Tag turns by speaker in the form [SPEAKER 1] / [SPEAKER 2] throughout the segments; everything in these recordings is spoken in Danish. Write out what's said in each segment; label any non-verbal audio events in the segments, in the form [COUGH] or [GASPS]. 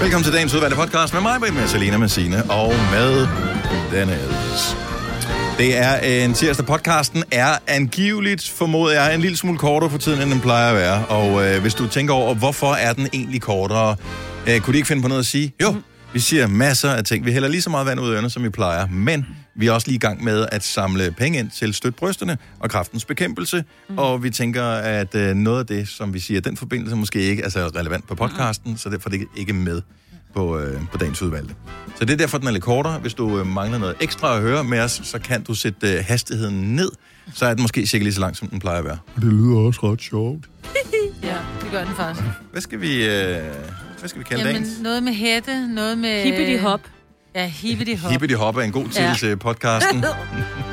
[SPEAKER 1] Velkommen til dagens udvalgte podcast med mig, Britt, med Selina, med Signe og med Dennis. Det er en tirsdag. Podcasten er angiveligt, formoder jeg, en lille smule kortere for tiden, end den plejer at være. Og øh, hvis du tænker over, hvorfor er den egentlig kortere, øh, kunne de ikke finde på noget at sige? Jo, vi siger masser af ting. Vi hælder lige så meget vand ud af ørerne, som vi plejer. Men vi er også lige i gang med at samle penge ind til Støt Brysterne og Kraftens Bekæmpelse. Mm. Og vi tænker, at øh, noget af det, som vi siger i den forbindelse, måske ikke er så relevant på podcasten, så derfor er det ikke med på, øh, på dagens udvalgte. Så det er derfor, den er lidt kortere. Hvis du øh, mangler noget ekstra at høre med os, så kan du sætte øh, hastigheden ned. Så er den måske cirka lige så lang, som den plejer at være.
[SPEAKER 2] Og det lyder også ret sjovt.
[SPEAKER 3] Ja, det gør den faktisk.
[SPEAKER 1] Hvad skal vi, øh, hvad skal vi kalde Jamen,
[SPEAKER 3] Jamen,
[SPEAKER 1] dagens?
[SPEAKER 3] noget med hætte, noget med...
[SPEAKER 4] Hippity-hop.
[SPEAKER 3] Ja, hippity hop.
[SPEAKER 1] Hippity Hop er en god titel ja.
[SPEAKER 4] Ja.
[SPEAKER 1] til
[SPEAKER 3] [LAUGHS]
[SPEAKER 1] podcasten.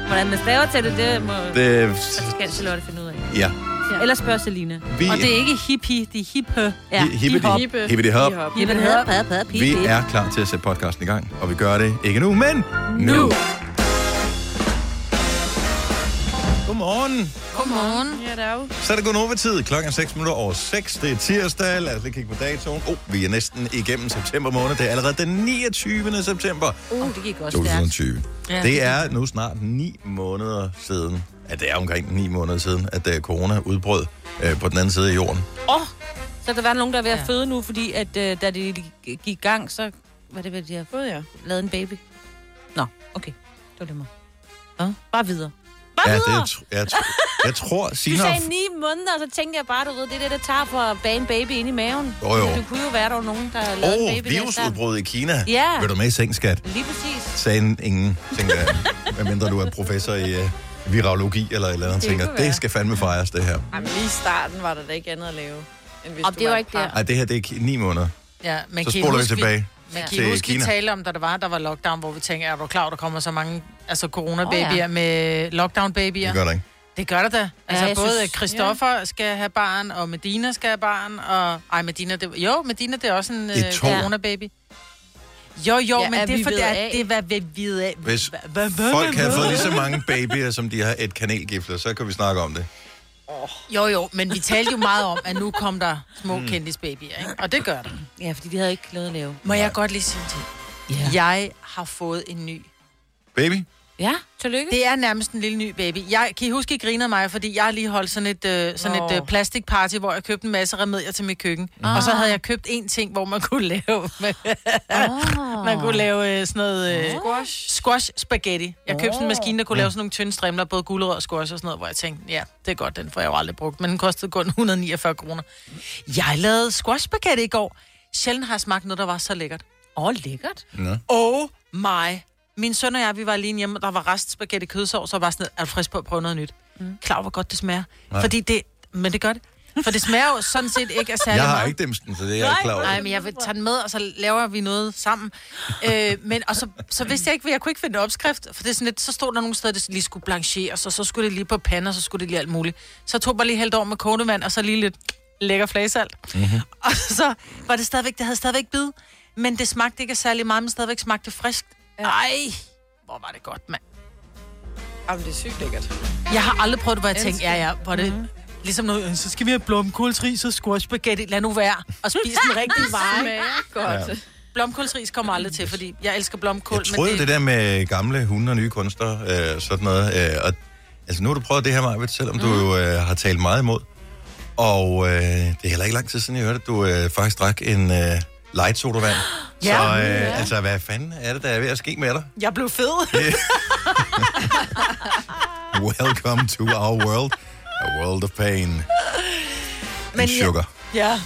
[SPEAKER 4] Hvordan man staver til det, det må det...
[SPEAKER 1] Det,
[SPEAKER 4] skal Charlotte finde ud af.
[SPEAKER 1] ja.
[SPEAKER 4] Ja. Eller spørg Selina.
[SPEAKER 1] Vi,
[SPEAKER 3] Og det er ikke hippie, det er hippe.
[SPEAKER 4] Ja.
[SPEAKER 1] hi- hippity,
[SPEAKER 3] hop.
[SPEAKER 1] hippity, hippity Hop.
[SPEAKER 4] Hippity hop, pad, pad, pip,
[SPEAKER 1] Vi
[SPEAKER 4] pip.
[SPEAKER 1] er klar til at sætte podcasten i gang, og vi gør det ikke nu, men nu. nu. Godmorgen.
[SPEAKER 3] Godmorgen.
[SPEAKER 5] Ja, der er jo.
[SPEAKER 1] Så er det gået over tid. Klokken er 6 minutter over 6. Det er tirsdag. Lad os lige kigge på datoen. Oh, vi er næsten igennem september måned. Det er allerede den 29. september
[SPEAKER 4] Uh, det gik også stærkt.
[SPEAKER 1] 2020. Ja. Det er nu snart 9 måneder siden, at det er omkring 9 måneder siden, at øh, corona udbrød øh, på den anden side af jorden.
[SPEAKER 4] Åh, oh, så kan der være nogen, der er ved at
[SPEAKER 3] Ja.
[SPEAKER 4] føde nu, fordi at, uh, da de gik i gang, så var det, hvad de har
[SPEAKER 5] Både ja.
[SPEAKER 4] lavet en baby. Nå, okay. Det var det mig. Hvad? Bare videre. Bare
[SPEAKER 1] Ja,
[SPEAKER 4] videre!
[SPEAKER 1] det, tr- jeg, tr- jeg tror,
[SPEAKER 4] Du
[SPEAKER 1] Signe har...
[SPEAKER 4] sagde ni måneder, og så tænkte jeg bare, du ved, det er det, der tager for at bage en baby ind i maven.
[SPEAKER 1] Jo, jo.
[SPEAKER 4] Du kunne jo være, der var nogen, der lavede en
[SPEAKER 1] Åh,
[SPEAKER 4] baby
[SPEAKER 1] oh,
[SPEAKER 4] der i starten.
[SPEAKER 1] virusudbrud i Kina.
[SPEAKER 4] Ja.
[SPEAKER 1] Vil du med i seng, skat?
[SPEAKER 4] Lige præcis.
[SPEAKER 1] Sagde ingen, tænker jeg. Medmindre du er professor i uh, virologi eller et eller andet,
[SPEAKER 5] Det
[SPEAKER 1] tænker,
[SPEAKER 5] kunne
[SPEAKER 1] det
[SPEAKER 5] være.
[SPEAKER 1] skal fandme fejres, det her.
[SPEAKER 5] Jamen, lige i starten var der da ikke andet at lave, end hvis
[SPEAKER 4] Og
[SPEAKER 5] du
[SPEAKER 4] det var
[SPEAKER 5] et
[SPEAKER 4] ikke
[SPEAKER 5] par.
[SPEAKER 4] der.
[SPEAKER 1] Ej, det her, det er 9 måneder.
[SPEAKER 3] Ja, man
[SPEAKER 1] Så
[SPEAKER 3] kan I
[SPEAKER 1] spoler vi
[SPEAKER 3] huske,
[SPEAKER 1] tilbage
[SPEAKER 3] Man kan
[SPEAKER 1] til
[SPEAKER 3] I huske,
[SPEAKER 1] Kina.
[SPEAKER 3] Kina. vi talte om, da der var, der var lockdown, hvor vi tænkte, er du klar, over, der kommer så mange altså
[SPEAKER 4] Åh,
[SPEAKER 3] corona-babyer
[SPEAKER 4] ja.
[SPEAKER 3] oh, ja. med lockdown-babyer?
[SPEAKER 1] Det gør der ikke.
[SPEAKER 3] Det gør det da. Altså
[SPEAKER 4] jeg
[SPEAKER 3] ja, både
[SPEAKER 4] synes-
[SPEAKER 3] synes, Christoffer ja. skal have barn, og Medina skal have barn, og... Ej, Medina, det... Jo, Medina, det er også en
[SPEAKER 1] Det er
[SPEAKER 3] øh,
[SPEAKER 1] to.
[SPEAKER 3] corona-baby. Jo, jo,
[SPEAKER 5] Ja,
[SPEAKER 3] ja, men
[SPEAKER 5] er
[SPEAKER 3] det
[SPEAKER 5] vi
[SPEAKER 3] er fordi,
[SPEAKER 5] ved
[SPEAKER 3] at
[SPEAKER 5] af?
[SPEAKER 3] det er, hvad vi ved af.
[SPEAKER 1] Hvis
[SPEAKER 3] Hva- hva- hva-
[SPEAKER 1] Folk
[SPEAKER 3] hva-
[SPEAKER 1] havde fået
[SPEAKER 3] hva-
[SPEAKER 1] lige så mange babyer, som de har et kanelgifler, så kan vi snakke om det.
[SPEAKER 3] Jo, jo, men vi talte jo meget om, at nu kom der små mm. kendisbabyer, ikke? Og det gør der.
[SPEAKER 4] Ja, fordi de havde ikke noget at lave.
[SPEAKER 3] Må jeg godt lige sige til?
[SPEAKER 4] Ja.
[SPEAKER 3] Jeg har fået en ny.
[SPEAKER 1] Baby?
[SPEAKER 4] Ja, tillykke.
[SPEAKER 3] Det er nærmest en lille ny baby. Jeg, kan I huske, I griner af mig, fordi jeg har lige holdt sådan et, øh, sådan
[SPEAKER 5] Nå.
[SPEAKER 3] et øh, plastikparty, hvor jeg købte en masse remedier til mit køkken. Mm. Og så havde jeg købt en ting, hvor man kunne lave, [LAUGHS]
[SPEAKER 4] Ah.
[SPEAKER 3] man kunne lave øh, sådan noget... Øh,
[SPEAKER 5] Squash.
[SPEAKER 3] Squash spaghetti. Jeg købte sådan en
[SPEAKER 4] Åh.
[SPEAKER 3] maskine, der kunne lave sådan nogle tynde strimler, både gulerød og squash og sådan noget, hvor jeg tænkte, ja, det er godt, den får jeg jo aldrig brugt, men den kostede kun [LAUGHS] 149 kroner. Jeg lavede squash spaghetti i går. Sjældent har jeg smagt noget, der var så lækkert.
[SPEAKER 4] Åh, oh, lækkert.
[SPEAKER 1] Nå.
[SPEAKER 3] Oh my. Min søn og jeg, vi var alene hjemme, og der var rest spaghetti kødsovs, og var sådan, er du frisk på at prøve noget nyt? Mm. Klar, hvor godt det smager.
[SPEAKER 1] Nej.
[SPEAKER 3] Nej. Fordi det, men det gør det. For det smager jo sådan set ikke af særlig
[SPEAKER 1] Jeg har
[SPEAKER 3] meget.
[SPEAKER 1] ikke demsten, så det er jeg ikke klar over.
[SPEAKER 3] Nej, men jeg vil tage den med, og så laver vi noget sammen. øh, men, og så, så vidste jeg ikke, hvad- jeg kunne ikke finde en opskrift, for det er sådan lidt, så stod der nogle steder, det lige skulle blancheres, og så skulle det lige på panden, og så skulle det lige alt muligt. Så tog jeg bare lige hældt over med kogende vand, og så lige lidt lækker flagesalt. Mm-hmm. [LAUGHS] Og så var det stadigvæk, det havde stadigvæk bid, men det smagte ikke af særlig meget, men stadigvæk smagte det friskt. Ej, hvor var det godt, mand.
[SPEAKER 5] Jamen, det er sygt lækkert.
[SPEAKER 3] Jeg har aldrig prøvet det, hvor jeg tænkte, ja, ja, hvor er det... Mm-hmm. Ligesom noget, så skal vi have blomkålsris og squash spaghetti. Lad nu være og spise den
[SPEAKER 5] [LAUGHS]
[SPEAKER 3] rigtige vare.
[SPEAKER 5] Smager godt.
[SPEAKER 1] Ja.
[SPEAKER 5] Ja.
[SPEAKER 3] Blomkålsris kommer aldrig til, fordi jeg elsker blomkål.
[SPEAKER 1] Jeg troede det... det der med gamle hunde og nye kunstnere, øh, sådan noget. Øh, og, altså, nu har du prøvet det her, Marvitt, selvom mm. du jo øh, har talt meget imod. Og øh, det er heller ikke lang tid siden, jeg hørte, at du øh, faktisk drak en øh, light
[SPEAKER 3] [GASPS]
[SPEAKER 1] sodavand. ja, Så øh, ja. altså, hvad fanden er det, der er ved at ske med dig?
[SPEAKER 3] Jeg blev
[SPEAKER 1] [LAUGHS]
[SPEAKER 3] fed.
[SPEAKER 1] Welcome to our world. A world of pain. Men
[SPEAKER 3] Men
[SPEAKER 1] and
[SPEAKER 3] jeg-
[SPEAKER 1] sugar.
[SPEAKER 3] ja.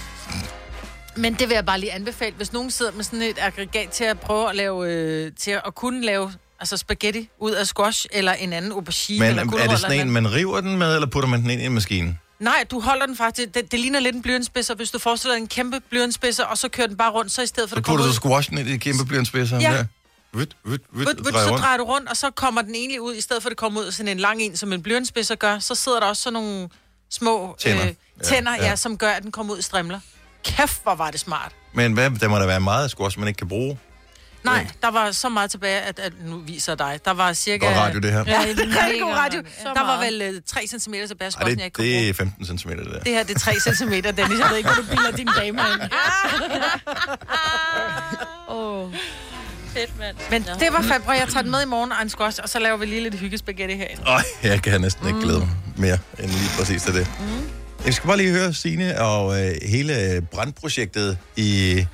[SPEAKER 3] Men det vil jeg bare lige anbefale, hvis nogen sidder med sådan et aggregat til at prøve at lave, øh, til at kunne lave altså spaghetti ud af squash, eller en anden aubergine,
[SPEAKER 1] Men
[SPEAKER 3] eller
[SPEAKER 1] er
[SPEAKER 3] gulerødder
[SPEAKER 1] det sådan
[SPEAKER 3] eller
[SPEAKER 1] en, man river den med, eller putter man den ind i en maskine?
[SPEAKER 3] Nej, du holder den faktisk, det, det ligner lidt en blyantspidser, hvis du forestiller dig en kæmpe blyantspidser, og så kører den bare rundt, så i stedet for
[SPEAKER 1] Så
[SPEAKER 3] det kommer
[SPEAKER 1] putter
[SPEAKER 3] ud,
[SPEAKER 1] du squashen ind i et kæmpe blyantspidser.
[SPEAKER 3] Ja.
[SPEAKER 1] der. Vut, vut, vut,
[SPEAKER 3] vut, vut,
[SPEAKER 1] drejer
[SPEAKER 3] så
[SPEAKER 1] rundt.
[SPEAKER 3] drejer du rundt, og så kommer den egentlig ud, i stedet for at det kommer ud sådan en lang en, som en blyantspidser gør, så sidder der også sådan nogle små øh,
[SPEAKER 1] Tænder. Ja,
[SPEAKER 3] tænder ja,
[SPEAKER 1] ja.
[SPEAKER 3] ja. som gør, at den kommer ud i strimler. Kæft, hvor var det smart.
[SPEAKER 1] Men hvad, der må da være meget af squash, man ikke kan bruge.
[SPEAKER 3] Nej, der var så meget tilbage, at, at nu viser jeg dig. Der var cirka...
[SPEAKER 1] Godt radio, det her.
[SPEAKER 3] Ja, det er [LAUGHS] rigtig god radio.
[SPEAKER 5] Så
[SPEAKER 3] Der var
[SPEAKER 5] meget.
[SPEAKER 3] vel øh, 3 cm tilbage,
[SPEAKER 1] Ej,
[SPEAKER 3] skotten, jeg
[SPEAKER 1] det,
[SPEAKER 3] ikke kunne
[SPEAKER 1] det
[SPEAKER 3] bruge.
[SPEAKER 1] er 15 cm, det der.
[SPEAKER 3] Det her, det er 3 cm, Dennis. Jeg ved ikke, hvor du bilder dine damer
[SPEAKER 4] [LAUGHS]
[SPEAKER 3] ind.
[SPEAKER 4] Åh. Oh.
[SPEAKER 5] Fedt, mand.
[SPEAKER 3] Men det var fandme, jeg tager den med i morgen, og en squash, og så laver vi lige lidt hyggespaghetti herinde.
[SPEAKER 1] Øj, jeg kan næsten
[SPEAKER 3] Mm.
[SPEAKER 1] ikke glæde mig mere end lige præcis til det. Jeg skal bare lige høre Signe og øh, hele brandprojektet i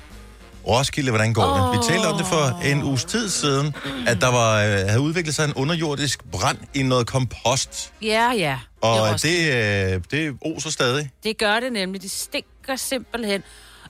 [SPEAKER 1] Roskilde, hvordan går oh. det? Vi talte om det for en uges tid siden, at der var, øh, havde udviklet sig en underjordisk brand i noget kompost.
[SPEAKER 4] Ja, ja.
[SPEAKER 1] Og
[SPEAKER 4] Det
[SPEAKER 1] øh,
[SPEAKER 4] er
[SPEAKER 1] det, øh, det oser stadig.
[SPEAKER 4] Det gør det nemlig. Det stinker simpelthen.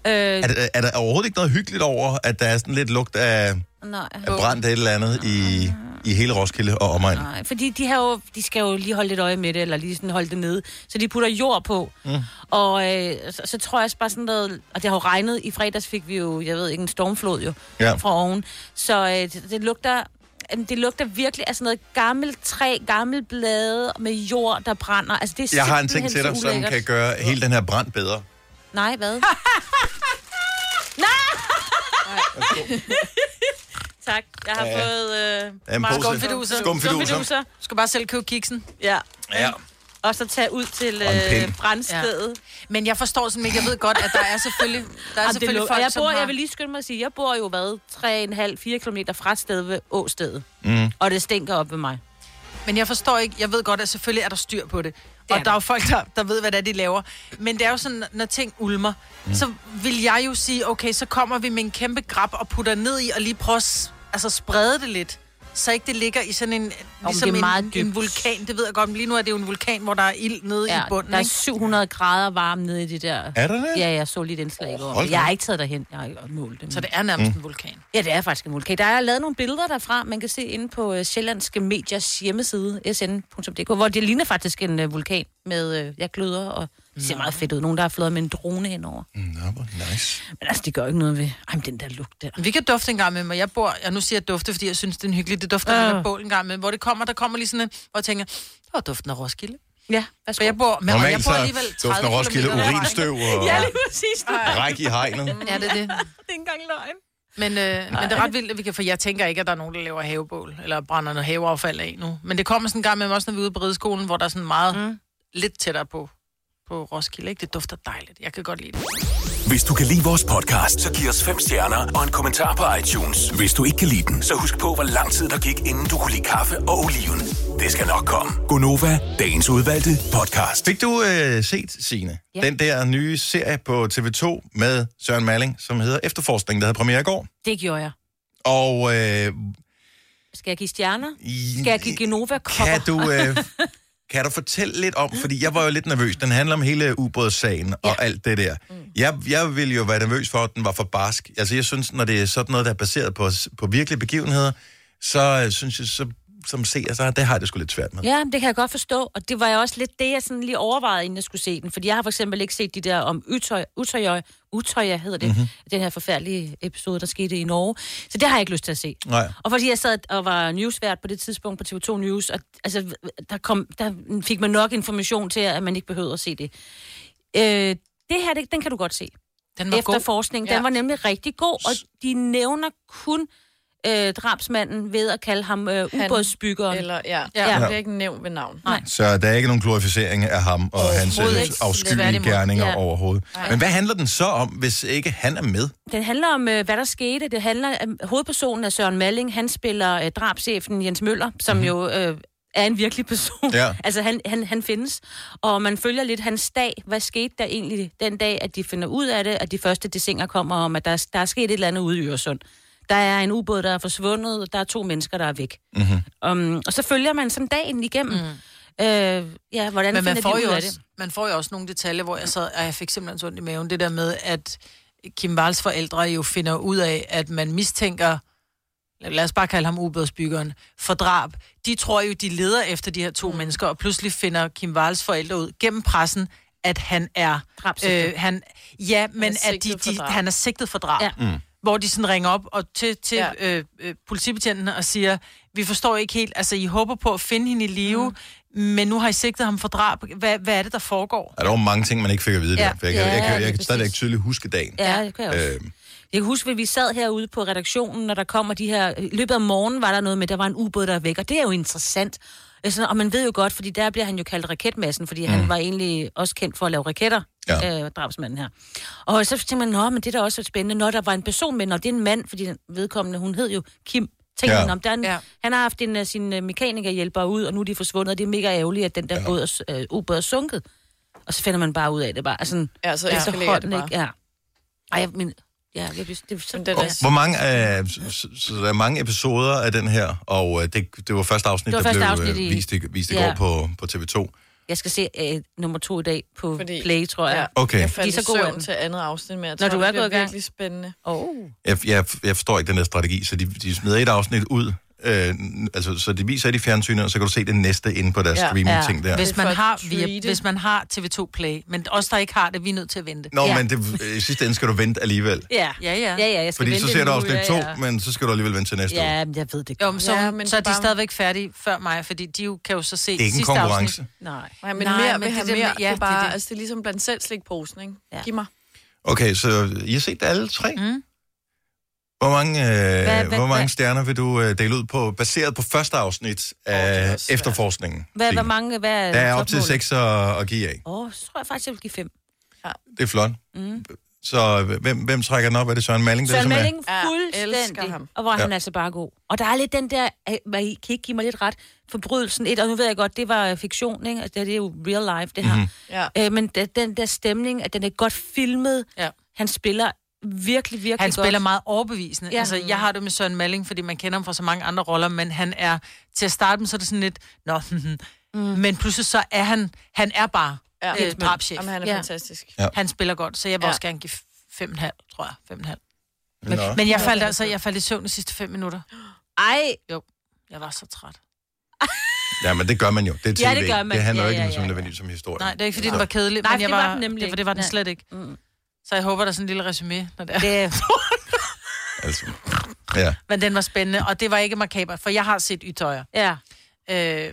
[SPEAKER 4] Øh,
[SPEAKER 1] Er, der- er der overhovedet ikke noget hyggeligt over, at der er sådan lidt lugt af,
[SPEAKER 4] nej.
[SPEAKER 1] af brændt et eller andet i, i hele Roskilde og omegn?
[SPEAKER 4] Nej, fordi de, har jo, de skal jo lige holde lidt øje med det, eller lige sådan holde det nede. Så de putter jord på. Mm. Og øh, så, så tror jeg også bare sådan noget... Og det har jo regnet. I fredags fik vi jo, jeg ved ikke, en stormflod jo
[SPEAKER 1] Ja.
[SPEAKER 4] fra oven. Så øh, det, det lugter... jamen, Det lugter virkelig af sådan noget gammelt træ, gammel blade med jord, der brænder. Altså, det er
[SPEAKER 1] Jeg har en ting
[SPEAKER 4] simpelthen
[SPEAKER 1] til
[SPEAKER 4] så
[SPEAKER 1] dig, som
[SPEAKER 4] ulækkert.
[SPEAKER 1] kan gøre hele den her brand bedre.
[SPEAKER 4] Nej,
[SPEAKER 1] [LAUGHS]
[SPEAKER 4] hvad? tak. Jeg har
[SPEAKER 1] Ja.
[SPEAKER 4] fået... Øh,
[SPEAKER 1] Ja, en pose.
[SPEAKER 3] Skumfiduser.
[SPEAKER 1] Skumfiduser.
[SPEAKER 3] Du skal bare selv købe kiksen.
[SPEAKER 4] ja.
[SPEAKER 1] Ja.
[SPEAKER 4] Og så tage ud til
[SPEAKER 1] Og en pind.
[SPEAKER 4] øh, brændstedet.
[SPEAKER 3] Men jeg forstår sådan ikke, jeg ved godt, at der er selvfølgelig, der er
[SPEAKER 4] Jamen, det
[SPEAKER 3] selvfølgelig
[SPEAKER 4] lugter-
[SPEAKER 3] folk,
[SPEAKER 4] jeg,
[SPEAKER 3] som
[SPEAKER 4] bor,
[SPEAKER 3] har...
[SPEAKER 4] jeg vil lige skynde mig at sige, jeg bor jo hvad, 3,5-4 km fra et sted ved Åstedet.
[SPEAKER 1] Mm.
[SPEAKER 4] Og det stinker op ved mig.
[SPEAKER 3] Men jeg forstår ikke, jeg ved godt, at selvfølgelig er der styr på det.
[SPEAKER 4] er
[SPEAKER 3] Og
[SPEAKER 4] der.
[SPEAKER 3] der er jo folk, der, der ved, hvad det er, de laver. Men det er jo sådan, når ting ulmer, mm. så vil jeg jo sige, okay, så kommer vi med en kæmpe grab og putter ned i, og lige prøver at s- altså, sprede det lidt. Så ikke det ligger i sådan en, ligesom
[SPEAKER 4] det er meget
[SPEAKER 3] en,
[SPEAKER 4] dybt.
[SPEAKER 3] en vulkan. Det ved jeg godt, men lige nu er det jo en vulkan, hvor der er ild nede ja, i bunden.
[SPEAKER 4] der er
[SPEAKER 3] ikke?
[SPEAKER 4] 700 grader varme nede i det der.
[SPEAKER 1] Er der det?
[SPEAKER 4] Ja, jeg så lige et indslag i går.
[SPEAKER 1] Hold da.
[SPEAKER 4] Jeg har ikke taget derhen. Jeg har ikke målt det.
[SPEAKER 3] Så
[SPEAKER 4] Men...
[SPEAKER 3] det er nærmest mm. en vulkan.
[SPEAKER 4] Ja, det er faktisk en vulkan. Der er lavet nogle billeder derfra, man kan se inde på øh, Sjællandske Mediers hjemmeside, sn.dk, hvor det ligner faktisk en øh, vulkan med øh, ja, gløder og det ser meget fedt ud. Nogen, der har flået med en drone henover.
[SPEAKER 1] Nå, hvor nice.
[SPEAKER 4] Men altså, det gør jo ikke noget ved. Ej, men den der lugt der.
[SPEAKER 3] Vi kan dufte en gang med mig. Jeg bor, og nu siger jeg dufte, fordi jeg synes, det er en hyggelig. Det dufter uh.
[SPEAKER 4] Ah.
[SPEAKER 3] af bål en gang med, hvor det kommer, der kommer lige sådan en, hvor jeg tænker, der var duften af Roskilde.
[SPEAKER 4] Ja,
[SPEAKER 3] For
[SPEAKER 4] værsgo.
[SPEAKER 3] jeg bor, men, og jeg
[SPEAKER 1] Normalt
[SPEAKER 3] bor
[SPEAKER 1] så
[SPEAKER 3] alligevel 30
[SPEAKER 1] duften af Roskilde
[SPEAKER 3] kilometer derfra, ikke?
[SPEAKER 1] urinstøv og
[SPEAKER 4] [LAUGHS] Ja, lige præcis. Det
[SPEAKER 1] ræk i hegnet.
[SPEAKER 3] Ja, det er
[SPEAKER 4] [LAUGHS]
[SPEAKER 3] det.
[SPEAKER 4] er ikke engang løgn.
[SPEAKER 3] Men, øh, men det er ret vildt, at vi kan, for jeg tænker ikke, at der er nogen, der laver havebål, eller brænder noget haveaffald af nu. Men det kommer sådan en gang med mig, også når vi er ude på rideskolen, hvor der er sådan meget mm. lidt tættere på, på Roskilde. Ikke? Det dufter dejligt. Jeg kan godt lide det.
[SPEAKER 2] Hvis du kan lide vores podcast, så giv os fem stjerner og en kommentar på iTunes. Hvis du ikke kan lide den, så husk på, hvor lang tid der gik, inden du kunne lide kaffe og oliven. Det skal nok komme. Gonova, dagens udvalgte podcast.
[SPEAKER 1] Fik du øh, set, Signe, ja.
[SPEAKER 4] Ja.
[SPEAKER 1] den der nye serie på TV2 med Søren Malling, som hedder Efterforskning, der havde premiere i går?
[SPEAKER 4] Det gjorde jeg.
[SPEAKER 1] Og øh,
[SPEAKER 4] Skal jeg give stjerner?
[SPEAKER 1] i-
[SPEAKER 4] Skal jeg give Genova kopper?
[SPEAKER 1] kan, du, øh, kan du fortælle lidt om, fordi jeg var jo lidt nervøs. Den handler om hele ubådssagen og ja. alt det der.
[SPEAKER 4] Mm.
[SPEAKER 1] Jeg, jeg ville jo være nervøs for, at den var for barsk. Altså jeg synes, når det er sådan noget, der er baseret på, på virkelige begivenheder, så øh, synes jeg, så, som seer, så det har jeg det sgu lidt svært
[SPEAKER 4] [LAUGHS]
[SPEAKER 1] med.
[SPEAKER 4] Ja, men det kan jeg godt forstå, og det var jeg også lidt det, jeg sådan lige overvejede, inden jeg skulle se den. Fordi jeg har for eksempel ikke set de der om Utøj, Utøj, Utøj hedder det,
[SPEAKER 1] Mhm.
[SPEAKER 4] mm-hmm. den her forfærdelige episode, der skete i Norge. Så det har jeg ikke lyst til at se.
[SPEAKER 1] Nej.
[SPEAKER 4] Og fordi jeg sad og var newsvært på det tidspunkt på TV2 News, og altså, der, kom, der fik man nok information til, at man ikke behøvede at se det. Øh, det her, det, den kan du godt se.
[SPEAKER 3] Den var god.
[SPEAKER 4] efterforskning. Ja.
[SPEAKER 3] Ja.
[SPEAKER 4] Den var nemlig rigtig god, og de nævner kun øh, drabsmanden ved at kalde ham øh,
[SPEAKER 5] Han
[SPEAKER 4] ubådsbyggeren. Eller...
[SPEAKER 5] Eller, ja.
[SPEAKER 3] Ja.
[SPEAKER 5] ja. Jeg bliver ikke nævnt ved navn.
[SPEAKER 4] Nej.
[SPEAKER 1] Så der er ikke nogen glorificering af ham og hans øh,
[SPEAKER 4] Overhovedet ikke.
[SPEAKER 1] afskyelige
[SPEAKER 4] Tværtimod.
[SPEAKER 1] gerninger ja.
[SPEAKER 4] Ja.
[SPEAKER 1] overhovedet. Men hvad handler den så om, hvis ikke han er med?
[SPEAKER 4] Den handler om, øh, hvad der skete. Det handler om hovedpersonen af Søren Malling. Han spiller øh, drabschefen Jens Møller, som
[SPEAKER 3] Mhm.
[SPEAKER 4] mm-hmm. jo øh, er en virkelig person.
[SPEAKER 1] Ja.
[SPEAKER 4] [LAUGHS] altså, han, han, han findes. Og man følger lidt hans dag. Hvad skete der egentlig den dag, at de finder ud af det, at de første desinger kommer om, at der, er- der er sket et eller andet ude i Øresund. Der er en ubåd, der er forsvundet, og der er to mennesker, der er væk. Mm-hmm. Um, og så følger man sådan dagen igennem. Mm. Øh, ja, hvordan
[SPEAKER 3] Men man
[SPEAKER 4] finder
[SPEAKER 3] får,
[SPEAKER 4] de ud
[SPEAKER 3] jo
[SPEAKER 4] af det?
[SPEAKER 3] også, man får jo også nogle detaljer, hvor jeg sad, og jeg fik simpelthen så ondt i maven, det der med, at Kim Wals forældre jo finder ud af, at man mistænker lad os bare kalde ham ubådsbyggeren, for drab. De tror jo, de leder efter de her to mm. mennesker, og pludselig finder Kim Wals forældre ud gennem pressen, at han er... øh,
[SPEAKER 4] Drabssigtet.
[SPEAKER 3] han, ja, men
[SPEAKER 5] er
[SPEAKER 3] at de,
[SPEAKER 5] sigtet for
[SPEAKER 3] de,
[SPEAKER 5] drab.
[SPEAKER 3] han er sigtet for
[SPEAKER 1] Ah.
[SPEAKER 3] drab.
[SPEAKER 4] Ja.
[SPEAKER 3] Mm. Hvor de sådan ringer op og til, til
[SPEAKER 5] Ja.
[SPEAKER 3] ja. øh, øh, politibetjenten og siger, vi forstår ikke helt, altså I håber på at finde hende i live, mm. men nu har I sigtet ham for drab. Hvad, hvad er det, der foregår?
[SPEAKER 1] Ja, der var mange ting, man ikke fik at vide.
[SPEAKER 3] Ja.
[SPEAKER 1] Ja. For jeg, kan, jeg,
[SPEAKER 4] Ja,
[SPEAKER 1] kan, jeg,
[SPEAKER 4] lige
[SPEAKER 1] kan
[SPEAKER 4] præcis.
[SPEAKER 1] stadigvæk tydeligt huske dagen.
[SPEAKER 4] Ja, det kan jeg også.
[SPEAKER 1] Øhm,
[SPEAKER 4] Jeg kan huske, at vi sad herude på redaktionen, når der kommer de her... I løbet af morgenen var der noget med, at der var en ubåd, der er væk, og det er jo interessant. Altså, og man ved jo godt, fordi der bliver han jo kaldt raketmassen, fordi mm. han var egentlig også kendt for at lave raketter,
[SPEAKER 1] Ja.
[SPEAKER 4] ja. øh, drabsmanden her. Og så tænkte man, nå, men det er da også spændende, når der var en person med, når det er en mand, fordi den vedkommende, hun hed jo Kim, tænkte
[SPEAKER 1] Ja.
[SPEAKER 4] ja. man, om der er en,
[SPEAKER 3] Ja.
[SPEAKER 4] ja. han har haft en øh, af sine mekanikerhjælpere ud, og nu er de forsvundet, og det er mega ærgerligt, at den der ja. båd er, s- øh, ubåd er sunket. Og så finder man bare ud af det bare. Altså,
[SPEAKER 5] Ja, så
[SPEAKER 4] altså,
[SPEAKER 5] eskalerer det
[SPEAKER 4] hånden
[SPEAKER 5] bare.
[SPEAKER 4] Ikke, ja. Ej, jeg- men... Ja, jeg, det, det, så,
[SPEAKER 5] Men
[SPEAKER 4] det,
[SPEAKER 5] den
[SPEAKER 4] det,
[SPEAKER 5] er-
[SPEAKER 1] Hvor mange, øh, så, så- så der er mange episoder af den her, og øh, det, det var første afsnit,
[SPEAKER 4] Det var første
[SPEAKER 1] der blev
[SPEAKER 4] afsnit
[SPEAKER 1] øh,
[SPEAKER 4] i-
[SPEAKER 1] vist, i, vist i
[SPEAKER 4] Ja.
[SPEAKER 1] går på, på TV2.
[SPEAKER 4] jeg skal se øh, nummer to i dag på
[SPEAKER 5] Fordi-
[SPEAKER 4] Fordi, Play, tror jeg.
[SPEAKER 1] Okay.
[SPEAKER 5] Jeg faldt
[SPEAKER 4] De er
[SPEAKER 5] så
[SPEAKER 4] så gode af
[SPEAKER 5] søvn
[SPEAKER 4] dem.
[SPEAKER 5] til andet afsnit med. Jeg
[SPEAKER 4] Når
[SPEAKER 5] tror,
[SPEAKER 4] du
[SPEAKER 5] det
[SPEAKER 4] er
[SPEAKER 5] bliver
[SPEAKER 4] gået i gang.
[SPEAKER 5] virkelig spændende.
[SPEAKER 4] Oh.
[SPEAKER 1] Jeg, jeg, jeg forstår ikke den der strategi, så de, de smider et afsnit ud, øh, n- altså, så de viser det i fjernsynet, og så kan du se det næste inde på deres
[SPEAKER 5] Ja.
[SPEAKER 1] ja, streaming-ting der.
[SPEAKER 3] Hvis
[SPEAKER 5] Det er
[SPEAKER 3] man,
[SPEAKER 5] for at
[SPEAKER 3] har, via,
[SPEAKER 5] treate.
[SPEAKER 3] hvis man har TV2 Play, men os, der ikke har det, vi er nødt til at vente.
[SPEAKER 1] Nå,
[SPEAKER 4] Ja.
[SPEAKER 1] men det, øh, i sidste ende skal du vente alligevel.
[SPEAKER 4] Ja.
[SPEAKER 3] Ja, ja.
[SPEAKER 4] ja, ja jeg skal
[SPEAKER 1] Fordi
[SPEAKER 4] vente
[SPEAKER 1] så ser
[SPEAKER 4] en
[SPEAKER 1] du
[SPEAKER 4] uge,
[SPEAKER 1] afsnit
[SPEAKER 4] ja,
[SPEAKER 1] 2,
[SPEAKER 4] ja.
[SPEAKER 1] men så skal du alligevel vente til næste uge.
[SPEAKER 4] Ja, men jeg ved det
[SPEAKER 3] Jo,
[SPEAKER 4] godt.
[SPEAKER 3] men så,
[SPEAKER 5] Ja,
[SPEAKER 3] ja,
[SPEAKER 5] men
[SPEAKER 3] men så er de
[SPEAKER 5] bare-
[SPEAKER 3] stadigvæk færdige før mig, fordi de jo, kan jo så se
[SPEAKER 1] Det er ikke en
[SPEAKER 3] sidste
[SPEAKER 1] konkurrence.
[SPEAKER 3] Afsnit. Nej.
[SPEAKER 5] Nej, men
[SPEAKER 3] Nej,
[SPEAKER 5] mere
[SPEAKER 3] men
[SPEAKER 5] vil
[SPEAKER 3] det
[SPEAKER 5] have
[SPEAKER 3] der med-
[SPEAKER 5] mere.
[SPEAKER 3] ja,
[SPEAKER 5] det, er bare,
[SPEAKER 3] det er det.
[SPEAKER 5] Altså, det er ligesom blandt selv slikposen, ikke?
[SPEAKER 4] Ja.
[SPEAKER 5] Giv mig.
[SPEAKER 1] Okay, så I har set det alle tre?
[SPEAKER 3] Mm.
[SPEAKER 1] Hvor mange, øh,
[SPEAKER 4] hvad-
[SPEAKER 1] hvor mange
[SPEAKER 4] hvad-
[SPEAKER 1] stjerner vil du øh, dele ud på, baseret på første afsnit
[SPEAKER 5] det er
[SPEAKER 1] af
[SPEAKER 5] også svært.
[SPEAKER 1] efterforskningen?
[SPEAKER 4] Hvad,
[SPEAKER 1] Signe?
[SPEAKER 4] hvor mange... Hvad
[SPEAKER 1] Der er op til seks at, at give af.
[SPEAKER 4] Åh, oh, så tror jeg faktisk, jeg vil give fem.
[SPEAKER 1] Det er flot.
[SPEAKER 4] Mm.
[SPEAKER 1] Så hvem, hvem trækker den op? Er det Søren Malling?
[SPEAKER 4] Søren
[SPEAKER 1] det, er,
[SPEAKER 4] Melding,
[SPEAKER 5] Ja, elsker
[SPEAKER 4] fuldstændig.
[SPEAKER 5] ham.
[SPEAKER 4] Og hvor er
[SPEAKER 1] Ja.
[SPEAKER 4] han altså bare god. Og der er lidt den der, øh, hvad I kan I ikke give mig lidt ret, forbrydelsen et, og nu ved jeg godt, det var øh, fiktion, ikke? Altså, det er jo real life, det her.
[SPEAKER 1] Mhm.
[SPEAKER 4] Mm-hmm.
[SPEAKER 5] Ja.
[SPEAKER 4] Øh, men da- den der stemning, at den er godt filmet,
[SPEAKER 3] Ja.
[SPEAKER 4] han spiller virkelig, virkelig
[SPEAKER 3] Han
[SPEAKER 4] godt.
[SPEAKER 3] spiller meget overbevisende. Ja.
[SPEAKER 4] Ja.
[SPEAKER 3] Altså, jeg har det med Søren Malling, fordi man kender ham fra så mange andre roller, men han er, til at starte med, så er det sådan lidt, nå, [LAUGHS] mm. men pludselig så er han, han er bare
[SPEAKER 5] Ja.
[SPEAKER 3] ja. øh, drabschef.
[SPEAKER 5] Jamen, han er
[SPEAKER 4] Ja.
[SPEAKER 5] fantastisk.
[SPEAKER 3] Han spiller godt, så jeg vil
[SPEAKER 5] Ja.
[SPEAKER 3] ja. også gerne give fem og en halv, tror jeg. Fem og en halv.
[SPEAKER 1] Nå.
[SPEAKER 3] Men jeg faldt altså, jeg faldt i søvn de sidste fem minutter.
[SPEAKER 4] Ej,
[SPEAKER 3] Jeg var så træt.
[SPEAKER 1] Ja, men det gør man jo. Det er tv.
[SPEAKER 4] Ja, det gør man.
[SPEAKER 1] Det handler
[SPEAKER 4] Ja,
[SPEAKER 1] jo ikke
[SPEAKER 4] ja,
[SPEAKER 1] om sådan
[SPEAKER 4] ja, ja.
[SPEAKER 1] nødvendigt som historie.
[SPEAKER 3] Nej, det er ikke, fordi
[SPEAKER 1] Så-
[SPEAKER 3] den var kedelig,
[SPEAKER 4] Nej,
[SPEAKER 3] men
[SPEAKER 4] for
[SPEAKER 3] jeg
[SPEAKER 4] det var
[SPEAKER 3] var,
[SPEAKER 4] den nemlig
[SPEAKER 3] det, for det var den
[SPEAKER 4] ikke.
[SPEAKER 3] slet ikke.
[SPEAKER 4] Mm.
[SPEAKER 3] Så jeg håber, der er sådan en lille resume, når det er. [LAUGHS]
[SPEAKER 4] det,
[SPEAKER 1] Altså, ja.
[SPEAKER 3] Men den var spændende, og det var ikke makaber, for jeg har set ytøjer.
[SPEAKER 4] ja.
[SPEAKER 3] Øh, ja.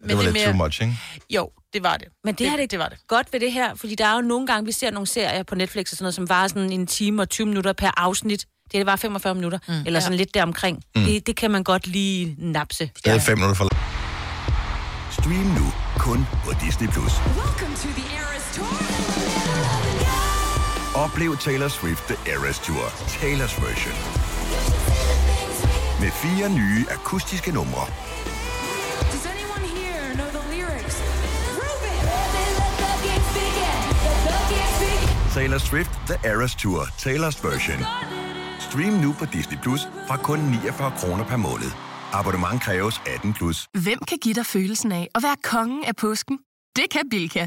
[SPEAKER 3] Men
[SPEAKER 1] Det var lidt too much, ikke?
[SPEAKER 3] Jo, det var det.
[SPEAKER 4] Men det, er det,
[SPEAKER 3] det var det.
[SPEAKER 4] godt ved det her, fordi der er jo nogle gange, vi ser nogle serier på Netflix og sådan noget, som varer sådan en time og 20 minutter per afsnit. Det er det var 45 minutter, mm, eller sådan ja. lidt deromkring. Mm. Det, det kan man godt lige napse.
[SPEAKER 1] Det havde fem minutter for
[SPEAKER 2] Stream nu kun på Disney+. Plus.
[SPEAKER 6] Welcome to the Eras Tour.
[SPEAKER 2] Oplev Taylor Swift The Eras Tour, Taylor's version. Med fire nye akustiske numre.
[SPEAKER 6] Does anyone here know the lyrics?
[SPEAKER 2] Taylor Swift The Eras Tour, Taylor's version. Stream nu på Disney Plus fra kun 49 kroner per måned. Abonnement kræves 18 plus.
[SPEAKER 7] Hvem kan give dig følelsen af at være kongen af påsken? Det kan Bilka!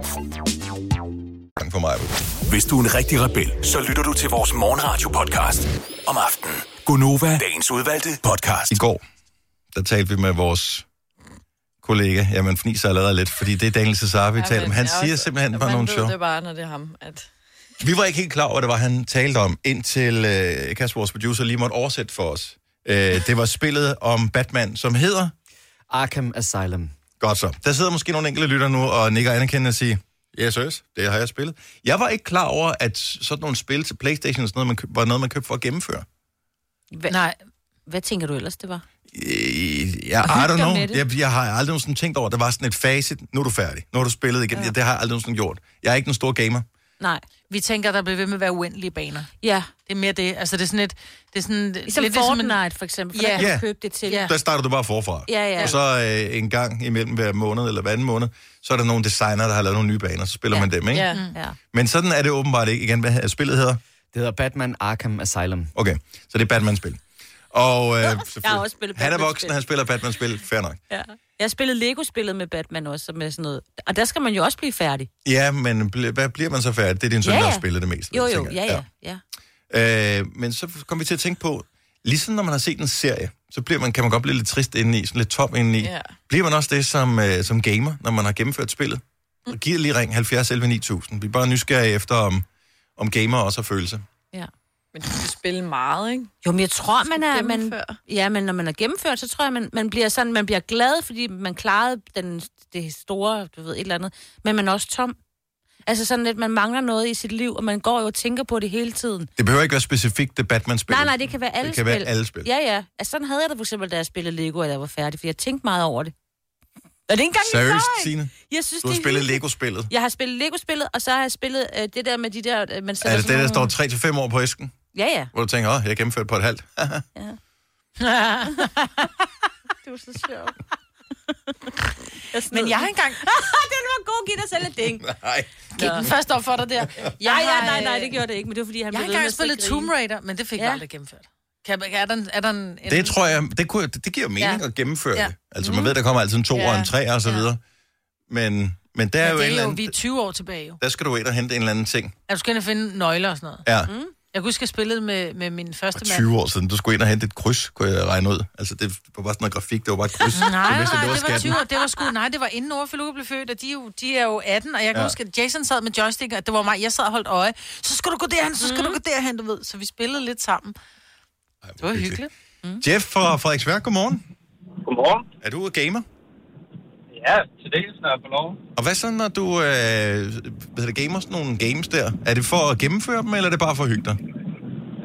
[SPEAKER 1] langt for mig.
[SPEAKER 2] Hvis du er en rigtig rebel, så lytter du til vores morgenradio-podcast om aftenen. Gunova, dagens udvalgte podcast.
[SPEAKER 1] I går, der talte vi med vores kollega. Jamen, fniser allerede lidt, fordi det er Daniel Cesar, vi ja, taler om. Han
[SPEAKER 5] jeg er
[SPEAKER 1] siger
[SPEAKER 5] også-
[SPEAKER 1] simpelthen bare
[SPEAKER 5] man
[SPEAKER 1] nogle
[SPEAKER 5] ved
[SPEAKER 1] sjove.
[SPEAKER 5] det bare, når det er ham, at...
[SPEAKER 1] Vi var ikke helt klar over, hvad det var, han talte om, indtil øh, Kasper, vores producer, lige måtte oversætte for os. Øh, det var spillet om Batman, som hedder...
[SPEAKER 8] Arkham Asylum.
[SPEAKER 1] Godt så. Der sidder måske nogle enkelte lytter nu og nikker anerkendende og siger, yes, yes, det har jeg spillet. Jeg var ikke klar over, at sådan nogle spil til Playstation og sådan noget, man køb, var noget, man købte for at gennemføre.
[SPEAKER 4] Hva,
[SPEAKER 3] Nej,
[SPEAKER 4] Hvad tænker du ellers, det var?
[SPEAKER 1] Øh, Jeg,
[SPEAKER 4] hygge
[SPEAKER 1] I don't
[SPEAKER 4] dig
[SPEAKER 1] know.
[SPEAKER 4] med det.
[SPEAKER 1] Jeg, jeg har aldrig nogensinde tænkt over, at der var sådan et facit. Nu er du færdig. Nu har du spillet igen. Ja. Det har jeg aldrig nogensinde gjort. Jeg er ikke en stor gamer.
[SPEAKER 4] Nej.
[SPEAKER 3] Vi tænker, der bliver ved med at være uendelige baner.
[SPEAKER 4] Ja.
[SPEAKER 3] Det er mere det. Altså, det er sådan et... Det er sådan,
[SPEAKER 4] Ligesom Fortnite, for eksempel, for der kan du købe det til.
[SPEAKER 1] Der starter du bare forfra.
[SPEAKER 4] Ja, ja.
[SPEAKER 1] Og så øh, en gang imellem hver måned eller hver anden måned, så er der nogle designer, der har lavet nogle nye baner, så spiller ja. man dem, ikke?
[SPEAKER 4] Ja. Mm. ja.
[SPEAKER 1] Men sådan er det åbenbart ikke. Igen, hvad er spillet hedder?
[SPEAKER 8] Det hedder Batman Arkham Asylum.
[SPEAKER 1] Okay, så det er Batman-spil. Og øh,
[SPEAKER 4] [LAUGHS] Jeg har også spillet
[SPEAKER 1] han er
[SPEAKER 4] Batman-spil.
[SPEAKER 1] voksen, han spiller Batman-spil, fair nok.
[SPEAKER 4] Ja. Jeg spillede Lego-spillet med Batman også, og med sådan noget. Og der skal man jo også blive færdig.
[SPEAKER 1] Ja, men bl- hvad bliver man så færdig? Det er din søn,
[SPEAKER 4] Ja,
[SPEAKER 1] der
[SPEAKER 4] ja.
[SPEAKER 1] har spillet det mest.
[SPEAKER 4] Jo, jo,
[SPEAKER 1] tænker
[SPEAKER 4] ja,
[SPEAKER 1] jeg.
[SPEAKER 4] ja. ja.
[SPEAKER 1] Øh, men så kom vi til at tænke på, ligesom når man har set en serie, så bliver man, kan man godt blive lidt trist indeni, sådan lidt tom indeni.
[SPEAKER 5] Ja.
[SPEAKER 1] Bliver man også det som, øh, som gamer, når man har gennemført spillet? Så giv lige ring 70 11 9000. Vi er bare nysgerrige efter, om, om gamer også har følelse.
[SPEAKER 4] ja.
[SPEAKER 5] Men du skal spille meget, ikke?
[SPEAKER 4] Jo, men jeg tror, man er... Man,
[SPEAKER 5] gennemføre.
[SPEAKER 4] ja, men når man er gennemført, så tror jeg, man, man bliver sådan, man bliver glad, fordi man klarede den, det store, du ved, et eller andet. Men man er også tom. Altså sådan lidt, man mangler noget i sit liv, og man går jo og tænker på det hele tiden.
[SPEAKER 1] Det behøver ikke være specifikt det Batman-spil.
[SPEAKER 4] Nej, nej, det kan være alle
[SPEAKER 1] Det kan
[SPEAKER 4] spil.
[SPEAKER 1] være alle spil.
[SPEAKER 4] Ja, ja. Altså, sådan havde jeg det for eksempel, da jeg spillede Lego, og jeg var færdig, for jeg tænkte meget over det. Og det er ikke engang en
[SPEAKER 1] Seriøst,
[SPEAKER 4] løgn.
[SPEAKER 1] Signe?
[SPEAKER 4] Jeg synes,
[SPEAKER 1] du har
[SPEAKER 4] det er
[SPEAKER 1] spillet
[SPEAKER 4] hyggeligt.
[SPEAKER 1] Lego-spillet.
[SPEAKER 4] Jeg har spillet Lego-spillet, og så har jeg spillet øh, det der med de der... Øh, man sætter
[SPEAKER 1] Er det Altså, det,
[SPEAKER 4] sådan
[SPEAKER 1] der
[SPEAKER 4] nogle-
[SPEAKER 1] står 3-5 år på æsken?
[SPEAKER 4] Ja, ja.
[SPEAKER 1] Hvor du tænker, åh, jeg har gennemført på et
[SPEAKER 4] [LAUGHS]
[SPEAKER 1] halvt.
[SPEAKER 4] det var så sjovt. Men jeg har engang... [LAUGHS] den var god, giv dig selv et ding.
[SPEAKER 1] Nej.
[SPEAKER 3] Gik den først op for dig der. øh,
[SPEAKER 4] Ja, ja, nej, nej, det gjorde det ikke, men det var fordi, han
[SPEAKER 3] Jeg har
[SPEAKER 4] blev ved med
[SPEAKER 3] engang
[SPEAKER 4] at
[SPEAKER 3] spillet
[SPEAKER 4] sidde og
[SPEAKER 3] Tomb
[SPEAKER 4] grine.
[SPEAKER 3] Raider, men det fik
[SPEAKER 4] Ja.
[SPEAKER 3] ja. jeg aldrig gennemført. Kan, er der en, er der en, en
[SPEAKER 1] Det tror jeg, det, kunne, det det giver mening
[SPEAKER 3] Ja.
[SPEAKER 1] ja. at gennemføre ja.
[SPEAKER 3] Ja.
[SPEAKER 1] det. Altså, man ved, der kommer altid en to
[SPEAKER 3] Ja.
[SPEAKER 1] og en tre og så videre. Men, men der er
[SPEAKER 3] Men
[SPEAKER 1] jo
[SPEAKER 3] det er
[SPEAKER 1] en eller
[SPEAKER 3] jo,
[SPEAKER 1] anden...
[SPEAKER 3] vi er 20 år tilbage jo.
[SPEAKER 1] Der skal du ind og hente en eller anden ting.
[SPEAKER 3] Er du skal ind og finde nøgler og sådan noget?
[SPEAKER 1] Ja.
[SPEAKER 3] Mm. Jeg kunne huske, jeg spillede med, med min første mand.
[SPEAKER 1] 20 år siden, du skulle ind og hente et kryds, kunne jeg regne ud. Altså, det var bare sådan noget grafik, det var bare et kryds.
[SPEAKER 3] Nej,
[SPEAKER 1] Du vidste,
[SPEAKER 3] nej, det var
[SPEAKER 1] skatten.
[SPEAKER 3] 20 år. Det var sgu, nej, det var inden Ove Luca blev født, og de, er jo- de er jo 18, og jeg kan
[SPEAKER 1] Ja.
[SPEAKER 3] ja. huske, at Jason sad med joystick, og det var mig, jeg sad og holdt øje. Så skal du gå derhen, så skal mm. du gå derhen, du ved. Så vi spillede lidt sammen. det var hyggeligt. Mm.
[SPEAKER 1] Jeff fra Frederiksværk, godmorgen.
[SPEAKER 9] Godmorgen.
[SPEAKER 1] Er du gamer?
[SPEAKER 9] Ja, til dels, når jeg får lov.
[SPEAKER 1] Og hvad så, når du øh, hvad hedder det, gamer sådan nogle games der? Er det for at gennemføre dem, eller er det bare for at hygge dig?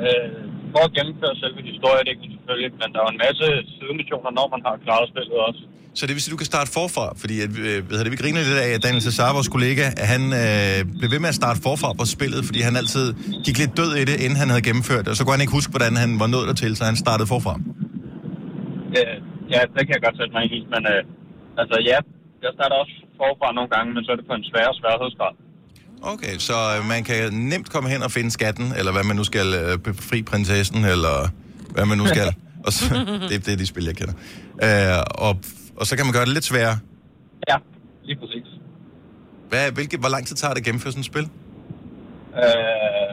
[SPEAKER 9] Øh, for at gennemføre selve historiedækken selvfølgelig, men der er jo en masse sidemissioner, når man har klaret spillet også.
[SPEAKER 1] Så det vil sige, du kan starte forfra, fordi at, øh, hvad hedder det, vi griner lidt af, at Daniel Cesar, vores kollega, at han øh, blev ved med at starte forfra på spillet, fordi han altid gik lidt død i det, inden han havde gennemført det, og så kunne han ikke huske, hvordan han var nået dertil, så han startede forfra.
[SPEAKER 9] Øh, ja, det kan jeg godt sætte mig ind i, men øh, altså ja, jeg starter også forfra nogle gange, men så er det på en sværere sværhedsgrad.
[SPEAKER 1] Okay, så øh, man kan nemt komme hen og finde skatten, eller hvad man nu skal, øh, befri prinsessen, eller hvad man nu [LAUGHS] skal. Og så, det, det er de spil, jeg kender. Øh, og, og så kan man gøre det lidt sværere.
[SPEAKER 9] Ja, lige præcis.
[SPEAKER 1] Hvad, hvilke, hvor lang tid tager det at gennemføre sådan et spil?
[SPEAKER 9] Øh,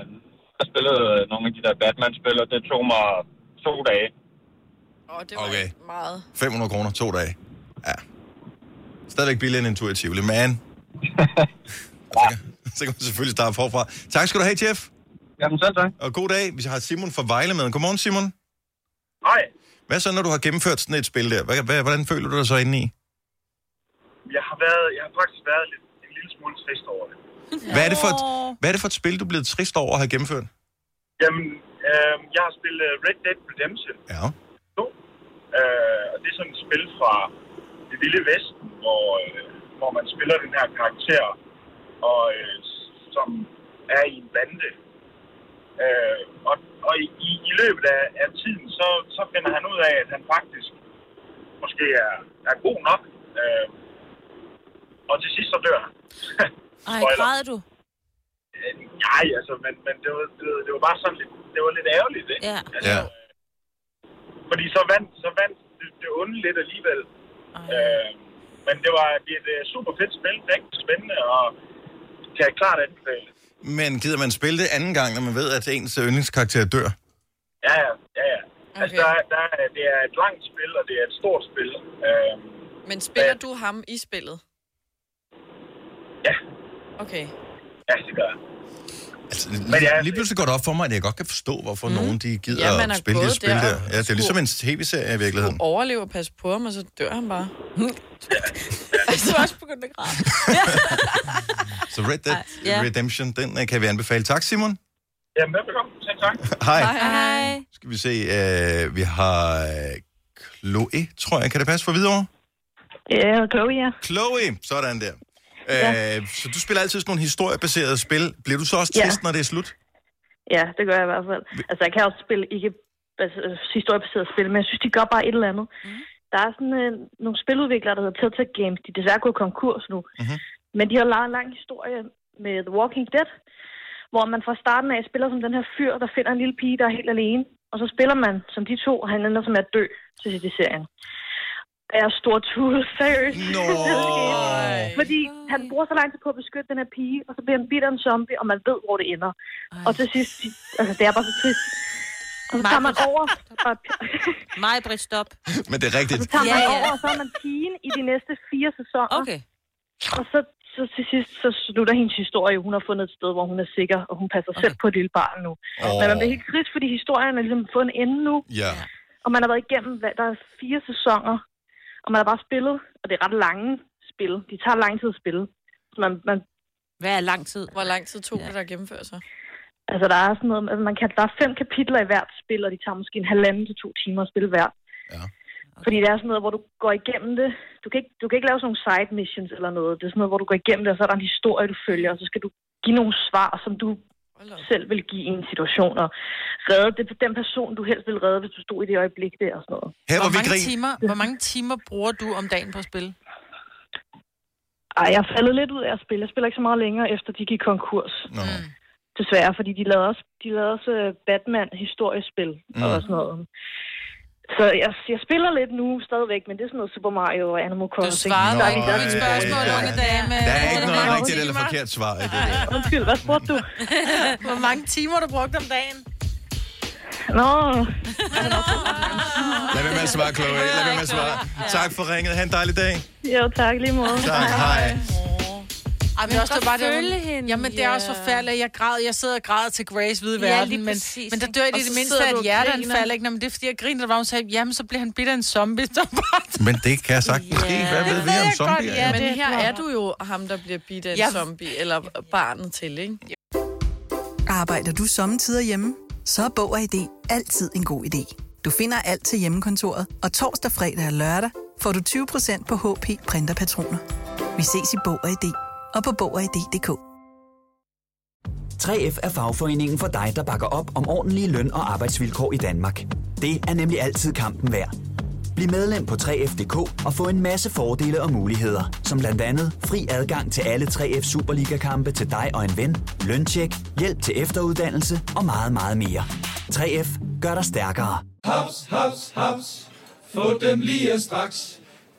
[SPEAKER 9] jeg spillede øh, nogle af de der Batman-spil, og det tog mig to dage.
[SPEAKER 5] Åh, det var
[SPEAKER 1] Okay.
[SPEAKER 5] ikke meget.
[SPEAKER 1] 500 kroner, to dage. Ja. Stadigvæk billigere end en tur i Tivoli,
[SPEAKER 9] [LAUGHS]
[SPEAKER 1] man. Og så, kan, [LAUGHS] så kan man selvfølgelig starte forfra. Tak skal du have, Jeff.
[SPEAKER 9] Jamen selv tak.
[SPEAKER 1] Og god dag. Vi har Simon fra Vejle med. Godmorgen, Simon.
[SPEAKER 9] Hej.
[SPEAKER 1] Hvad så, når du har gennemført sådan et spil der? Hvad, hvad, hvordan føler du dig så indeni?
[SPEAKER 10] Jeg har, været, jeg har faktisk været lidt, en lille smule trist over det.
[SPEAKER 1] Hvad er, det for et, hvad er det for et spil, du er blevet trist over at have gennemført?
[SPEAKER 10] Jamen, øh, jeg har spillet øh, Red Dead Redemption
[SPEAKER 1] Ja.
[SPEAKER 10] 2. Øh, og det er sådan et spil fra det vilde vesten, hvor, øh, hvor man spiller den her karakter, og, øh, som er i en bande. Øh, og og i, i, i løbet af, af tiden, så, så finder han ud af, at han faktisk måske er, er god nok. Øh, og til sidst så dør han. [LAUGHS]
[SPEAKER 4] Ej,
[SPEAKER 10] Spoiler.
[SPEAKER 4] græd du?
[SPEAKER 10] Øh, Nej, altså, men, men det, var, det, var, det var bare sådan lidt, det var lidt ærgerligt, ikke? Altså,
[SPEAKER 4] Ja.
[SPEAKER 1] Ja.
[SPEAKER 10] Fordi så vandt, så vandt det, det onde lidt alligevel. Øh, men det var det er et øh, super fedt spil, rigtig spændende, og kan jeg klart anbefale.
[SPEAKER 1] Men gider man spille det anden gang, når man ved, at ens yndlingskarakter dør?
[SPEAKER 10] Ja, ja, ja. ja. Okay. Altså, der, er- der, er- det er et langt spil, og det er et stort spil. Øh,
[SPEAKER 5] Men spiller du ham i spillet?
[SPEAKER 10] Ja.
[SPEAKER 5] Okay.
[SPEAKER 10] ja, det gør jeg.
[SPEAKER 1] Altså, lige, lige pludselig går det op for mig, at jeg godt kan forstå, hvorfor mm. nogen de gider
[SPEAKER 5] Ja,
[SPEAKER 1] ja,
[SPEAKER 5] man er
[SPEAKER 1] at spille
[SPEAKER 5] gået
[SPEAKER 1] det spil der.
[SPEAKER 5] der
[SPEAKER 1] der.
[SPEAKER 5] og
[SPEAKER 1] Ja, det er ligesom en tv-serie i virkeligheden.
[SPEAKER 5] Overlever, pas på ham, og så dør han bare. [LAUGHS] altså, du er også begyndt at græde.
[SPEAKER 1] Så Red Dead
[SPEAKER 5] ja.
[SPEAKER 1] Redemption, den øh, kan vi anbefale. Tak, Simon.
[SPEAKER 10] Jamen, velbekomme. Selv tak.
[SPEAKER 1] Hej.
[SPEAKER 5] Hej.
[SPEAKER 1] Skal vi se, øh, vi har øh, Chloe, tror jeg. Kan det passe for videre?
[SPEAKER 11] Ja, og Chloe, ja.
[SPEAKER 1] Chloe, sådan der. Ja. Øh, så du spiller altid sådan nogle historiebaserede spil. Bliver du så også
[SPEAKER 11] Ja.
[SPEAKER 1] trist, ja. når det er slut?
[SPEAKER 11] Ja, det gør jeg i hvert fald. Altså, jeg kan også spille ikke bas- øh, historiebaseret spil, men jeg synes, de gør bare et eller andet. Mm. Der er sådan øh, nogle spiludviklere, der hedder Telltale Games. De er desværre gået konkurs nu.
[SPEAKER 1] Mm-hmm.
[SPEAKER 11] Men de har lavet en lang historie med The Walking Dead, hvor man fra starten af spiller som den her fyr, der finder en lille pige, der er helt alene. Og så spiller man som de to, og han ender som at dø, synes jeg, i serien. Og Jeg er stor tude, [LAUGHS] seriøst.
[SPEAKER 1] Nå.
[SPEAKER 11] Fordi han bruger så lang tid på at beskytte den her pige, og så bliver han bitter en zombie, og man ved, hvor det ender. Og til sidst, altså det er bare så trist. Og så tager man over, og,
[SPEAKER 4] Mig, Britt, stop.
[SPEAKER 1] Men det er rigtigt.
[SPEAKER 11] så tager man
[SPEAKER 4] Ja, ja.
[SPEAKER 11] over, og så er man pigen i de næste fire sæsoner. Okay. Og så, så til sidst, så slutter hendes historie. Hun har fundet et sted, hvor hun er sikker, og hun passer okay. selv på et lille barn nu.
[SPEAKER 1] Åh.
[SPEAKER 11] Oh. Men man bliver helt trist, fordi historien er ligesom fået en ende nu.
[SPEAKER 1] Ja.
[SPEAKER 11] Og man har været igennem, hvad, der er fire sæsoner, og man har bare spillet, og det er ret lange spil. De tager lang tid at spille. Så man, man,
[SPEAKER 4] Hvad er lang tid?
[SPEAKER 5] Hvor lang tid tog ja. det, der gennemfører sig?
[SPEAKER 11] altså, der er sådan noget, altså, man kan, der er fem kapitler i hvert spil, og de tager måske en halvanden til to timer at spille hver. Okay. Fordi det er sådan noget, hvor du går igennem det. Du kan, ikke, du kan ikke lave sådan nogle side missions eller noget. Det er sådan noget, hvor du går igennem det, og så er der en historie, du følger, og så skal du give nogle svar, som du selv vil give i en situation, og redde det, den person, du helst vil redde, hvis du stod i det øjeblik der og sådan noget.
[SPEAKER 3] hvor, mange timer, hvor mange timer bruger du om dagen på at spille?
[SPEAKER 11] Ej, jeg er faldet lidt ud af at spille. Jeg spiller ikke så meget længere, efter de gik konkurs.
[SPEAKER 1] Nå.
[SPEAKER 11] Desværre, fordi de lavede også, de lavede også øh, Batman-historiespil mm. og
[SPEAKER 1] Mm.
[SPEAKER 11] sådan noget. Så jeg, jeg spiller lidt nu stadigvæk, men det er sådan noget Super Mario og Animal Crossing.
[SPEAKER 1] svarede
[SPEAKER 11] Der er
[SPEAKER 1] ikke
[SPEAKER 11] ikke- der er
[SPEAKER 1] på mit
[SPEAKER 11] ikke-
[SPEAKER 1] spørgsmål,
[SPEAKER 11] Ja.
[SPEAKER 1] unge dame. Der er ikke noget rigtigt eller forkert svar i det der.
[SPEAKER 11] Undskyld, hvad spurgte du?
[SPEAKER 3] [LAUGHS] hvor mange timer du brugte om dagen?
[SPEAKER 11] Nå,
[SPEAKER 1] Lad være med at svare, Chloe. Lad være med at svare. Tak for ringet. Ha' en dejlig dag.
[SPEAKER 11] jo tak lige måde.
[SPEAKER 1] Tak. Hej.
[SPEAKER 3] Ej, men
[SPEAKER 4] Man
[SPEAKER 3] også det
[SPEAKER 4] kan
[SPEAKER 3] var det.
[SPEAKER 4] følge
[SPEAKER 3] Følge
[SPEAKER 4] hende,
[SPEAKER 3] hende. Jamen, det er også
[SPEAKER 4] ja.
[SPEAKER 3] forfærdeligt. Jeg græd, jeg sidder og græder til Grace hvide
[SPEAKER 4] Ja, lige
[SPEAKER 3] verden, men,
[SPEAKER 4] præcis,
[SPEAKER 3] men der
[SPEAKER 4] ikke?
[SPEAKER 3] dør
[SPEAKER 4] Og
[SPEAKER 3] det i
[SPEAKER 4] så
[SPEAKER 3] det mindste,
[SPEAKER 4] sidder du
[SPEAKER 3] at
[SPEAKER 4] og
[SPEAKER 3] hjerteanfald
[SPEAKER 4] griner.
[SPEAKER 3] ikke. Nå, men det er fordi, jeg griner, der var hun sagde, jamen, så bliver han bitter en zombie. [LAUGHS] Så bare...
[SPEAKER 1] Men det kan jeg sagtens ske. Hvad ved vi om
[SPEAKER 5] ja,
[SPEAKER 1] zombier? Ja,
[SPEAKER 5] men
[SPEAKER 3] det er
[SPEAKER 5] her
[SPEAKER 3] klart.
[SPEAKER 5] er du jo ham, der bliver bidt af en
[SPEAKER 12] Jeg-
[SPEAKER 5] zombie, eller barnet til, ikke?
[SPEAKER 12] Arbejder du sommetider hjemme? Så er Bog og ID altid en god idé. Du finder alt til hjemmekontoret, og torsdag, fredag og lørdag får du 20% på HP printerpatroner. Vi ses i Bog og ID og på Bog og ID.dk.
[SPEAKER 13] 3F er fagforeningen for dig, der bakker op om ordentlige løn- og arbejdsvilkår i Danmark. Det er nemlig altid kampen værd. Bliv medlem på 3F.dk og få en masse fordele og muligheder, som blandt andet fri adgang til alle 3F Superliga-kampe til dig og en ven, løntjek, hjælp til efteruddannelse og meget, meget mere. 3F gør dig stærkere.
[SPEAKER 14] Haps, haps, haps. Få dem lige straks.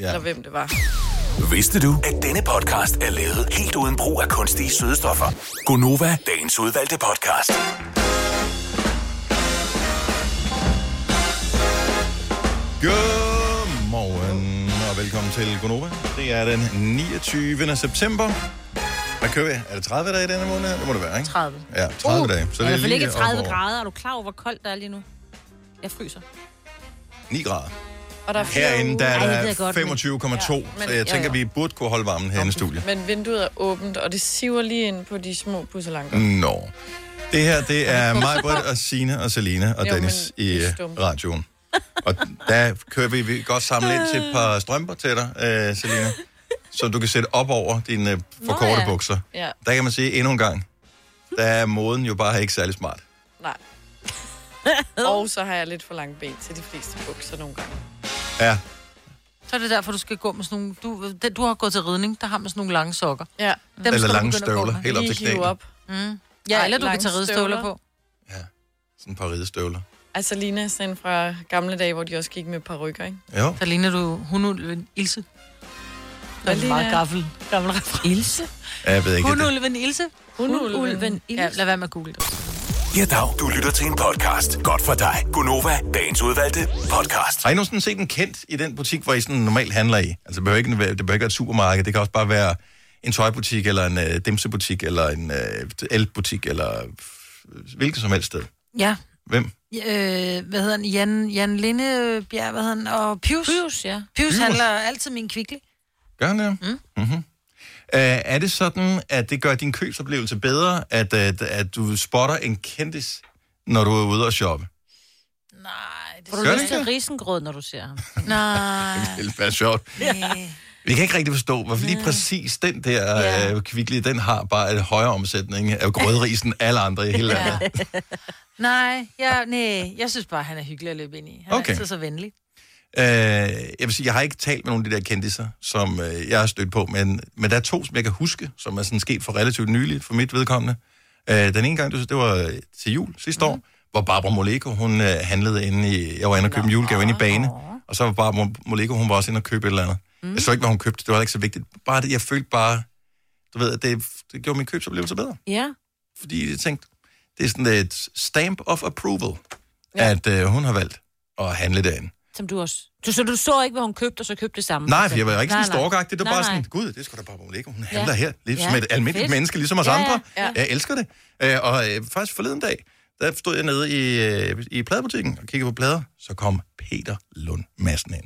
[SPEAKER 1] Ja.
[SPEAKER 5] Eller hvem det var.
[SPEAKER 2] Vidste du, at denne podcast er lavet helt uden brug af kunstige sødestoffer? Gonova, dagens udvalgte podcast.
[SPEAKER 1] Godmorgen og velkommen til Gonova. Det er den 29. september. Hvad kører vi? Er det 30 dage i denne måned? Det må det være, ikke?
[SPEAKER 4] 30.
[SPEAKER 1] Ja,
[SPEAKER 5] Uh,
[SPEAKER 1] 30 dage.
[SPEAKER 4] Så det er i hvert fald
[SPEAKER 1] lige
[SPEAKER 4] ikke
[SPEAKER 1] op
[SPEAKER 4] 30
[SPEAKER 1] over
[SPEAKER 4] grader. Er du klar over, hvor koldt der er lige nu? Jeg fryser.
[SPEAKER 1] 9 grader.
[SPEAKER 5] Og der er fire
[SPEAKER 1] Herinde der
[SPEAKER 5] uger.
[SPEAKER 4] Ej, det ved
[SPEAKER 1] er
[SPEAKER 4] jeg
[SPEAKER 1] der
[SPEAKER 4] godt, men-
[SPEAKER 1] 25,2,
[SPEAKER 5] Ja.
[SPEAKER 1] så jeg
[SPEAKER 5] Men-
[SPEAKER 1] tænker,
[SPEAKER 5] ja, ja.
[SPEAKER 1] vi burde kunne holde varmen herinde i studiet.
[SPEAKER 5] Men vinduet er åbent, og det siver lige ind på de små pusselanker.
[SPEAKER 1] Nå. Det her,
[SPEAKER 5] [LAUGHS]
[SPEAKER 1] det er mig, Britt og Sine og Selina og
[SPEAKER 5] Jo,
[SPEAKER 1] Dennis
[SPEAKER 5] men
[SPEAKER 1] i
[SPEAKER 5] det er
[SPEAKER 1] øh,
[SPEAKER 5] stumt.
[SPEAKER 1] radioen. Og der kører vi, vi kan godt samle ind til et par strømper til dig, øh, Selina, som du kan sætte op over dine øh, for korte
[SPEAKER 5] ja.
[SPEAKER 1] bukser.
[SPEAKER 5] Ja.
[SPEAKER 1] Der kan man sige endnu en gang, der er moden jo bare ikke særlig smart.
[SPEAKER 3] [LAUGHS]
[SPEAKER 5] Nej. og så har jeg lidt for lange ben til de fleste bukser nogle gange.
[SPEAKER 1] Ja,
[SPEAKER 3] Så er det derfor, du skal gå med sådan nogle... Du, den- du har gået til ridning, der har man sådan nogle lange sokker.
[SPEAKER 5] Ja.
[SPEAKER 1] Eller lange støvler, helt op til Lige hive knæene. op.
[SPEAKER 3] Mm. Ja,
[SPEAKER 5] Ej,
[SPEAKER 3] eller du kan
[SPEAKER 5] lange
[SPEAKER 3] tage ridestøvler på.
[SPEAKER 1] sådan et par ridestøvler.
[SPEAKER 5] Altså ligner sådan en fra gamle dage, hvor de også gik med parrykker, ikke?
[SPEAKER 1] Jo.
[SPEAKER 3] Så ligner du hundulven Ilse. Det er
[SPEAKER 5] Hvad
[SPEAKER 3] en meget
[SPEAKER 5] ligner jeg?
[SPEAKER 3] gaffel, gammel reference.
[SPEAKER 1] Ja, Jeg ved ikke.
[SPEAKER 3] Hundulven Ilse.
[SPEAKER 5] Hundulven
[SPEAKER 3] Ilse. Ja, lad være med at google det.
[SPEAKER 2] Ja, dag. Du lytter til en podcast. Godt for dig. Gunova, dagens udvalgte podcast.
[SPEAKER 1] Har I nogensinde set en kendt i den butik, hvor I sådan normalt handler i? Altså, det behøver ikke, være- det behøver ikke være et supermarked. Det kan også bare være en tøjbutik, eller en øh, dimsebutik, eller en øh, elbutik, eller f- hvilket som helst sted.
[SPEAKER 3] Ja.
[SPEAKER 1] Hvem?
[SPEAKER 3] Øh, hvad hedder han? Jan, Jan Lindebjerg, hvad hedder han? Og Pius. Pius,
[SPEAKER 4] ja.
[SPEAKER 3] Pius
[SPEAKER 1] Pius.
[SPEAKER 3] handler altid min kvikle.
[SPEAKER 1] Gør han det? Mm. Mm-hmm. Øh, er det sådan, at det gør din købsoplevelse bedre, at, at, at du spotter en kendis, når du er ude og shoppe?
[SPEAKER 4] Får du
[SPEAKER 1] Gør
[SPEAKER 4] lyst
[SPEAKER 1] det
[SPEAKER 4] til
[SPEAKER 1] ikke?
[SPEAKER 4] risengrød, når du ser [LAUGHS] ham?
[SPEAKER 3] Nej.
[SPEAKER 1] Det ville være sjovt. Vi kan ikke rigtig forstå, hvorfor lige præcis den
[SPEAKER 3] Ja.
[SPEAKER 1] der ja. øh, kvickly, den har bare en højere omsætning af grødrisen end alle andre i hele landet. Ja.
[SPEAKER 3] [LAUGHS] Nej, ja, nej. jeg synes bare, han er hyggelig at løbe ind i. Han okay.
[SPEAKER 1] Okay.
[SPEAKER 3] er altid så venlig.
[SPEAKER 1] Øh, jeg vil sige, jeg har ikke talt med nogen af de der kendtiser, som øh, jeg har stødt på, men, men der er to, som jeg kan huske, som er sådan sket for relativt nyligt for mit vedkommende. Øh, den ene gang, det det var øh, til jul sidste år, hvor Barbara Moleko, hun øh, handlede inde i, jeg var inde og købe en julegave inde i Bane, og så var Barbara Moleko, hun var også inde og købe et eller andet. Mm. Jeg så ikke, hvad hun købte, det var heller ikke så vigtigt. Bare det, jeg følte bare, du ved, at det, det gjorde min købsoplevelse bedre.
[SPEAKER 4] Ja.
[SPEAKER 1] Fordi jeg tænkte, det er sådan et stamp of approval, ja. at øh, hun har valgt at handle derinde.
[SPEAKER 4] Som du også. Du, så du så ikke, hvad hun købte, og så købte det samme?
[SPEAKER 1] Nej,
[SPEAKER 4] for
[SPEAKER 1] for jeg var
[SPEAKER 4] eksempel?
[SPEAKER 1] ikke sådan
[SPEAKER 4] Nej, nej.
[SPEAKER 1] storkagtig. Det var
[SPEAKER 4] Nej,
[SPEAKER 1] bare
[SPEAKER 4] nej.
[SPEAKER 1] sådan, gud, det er sgu da bare Moleko. Hun
[SPEAKER 4] Ja.
[SPEAKER 1] handler her, lidt
[SPEAKER 4] Ja.
[SPEAKER 1] som et almindeligt
[SPEAKER 4] Fedt.
[SPEAKER 1] menneske, ligesom os
[SPEAKER 4] Ja, ja,
[SPEAKER 1] andre.
[SPEAKER 4] ja.
[SPEAKER 1] Jeg elsker det. Øh, Og øh, faktisk forleden dag, der stod jeg nede i, øh, i pladebutikken og kiggede på plader. Så kom Peter Lund Madsen ind.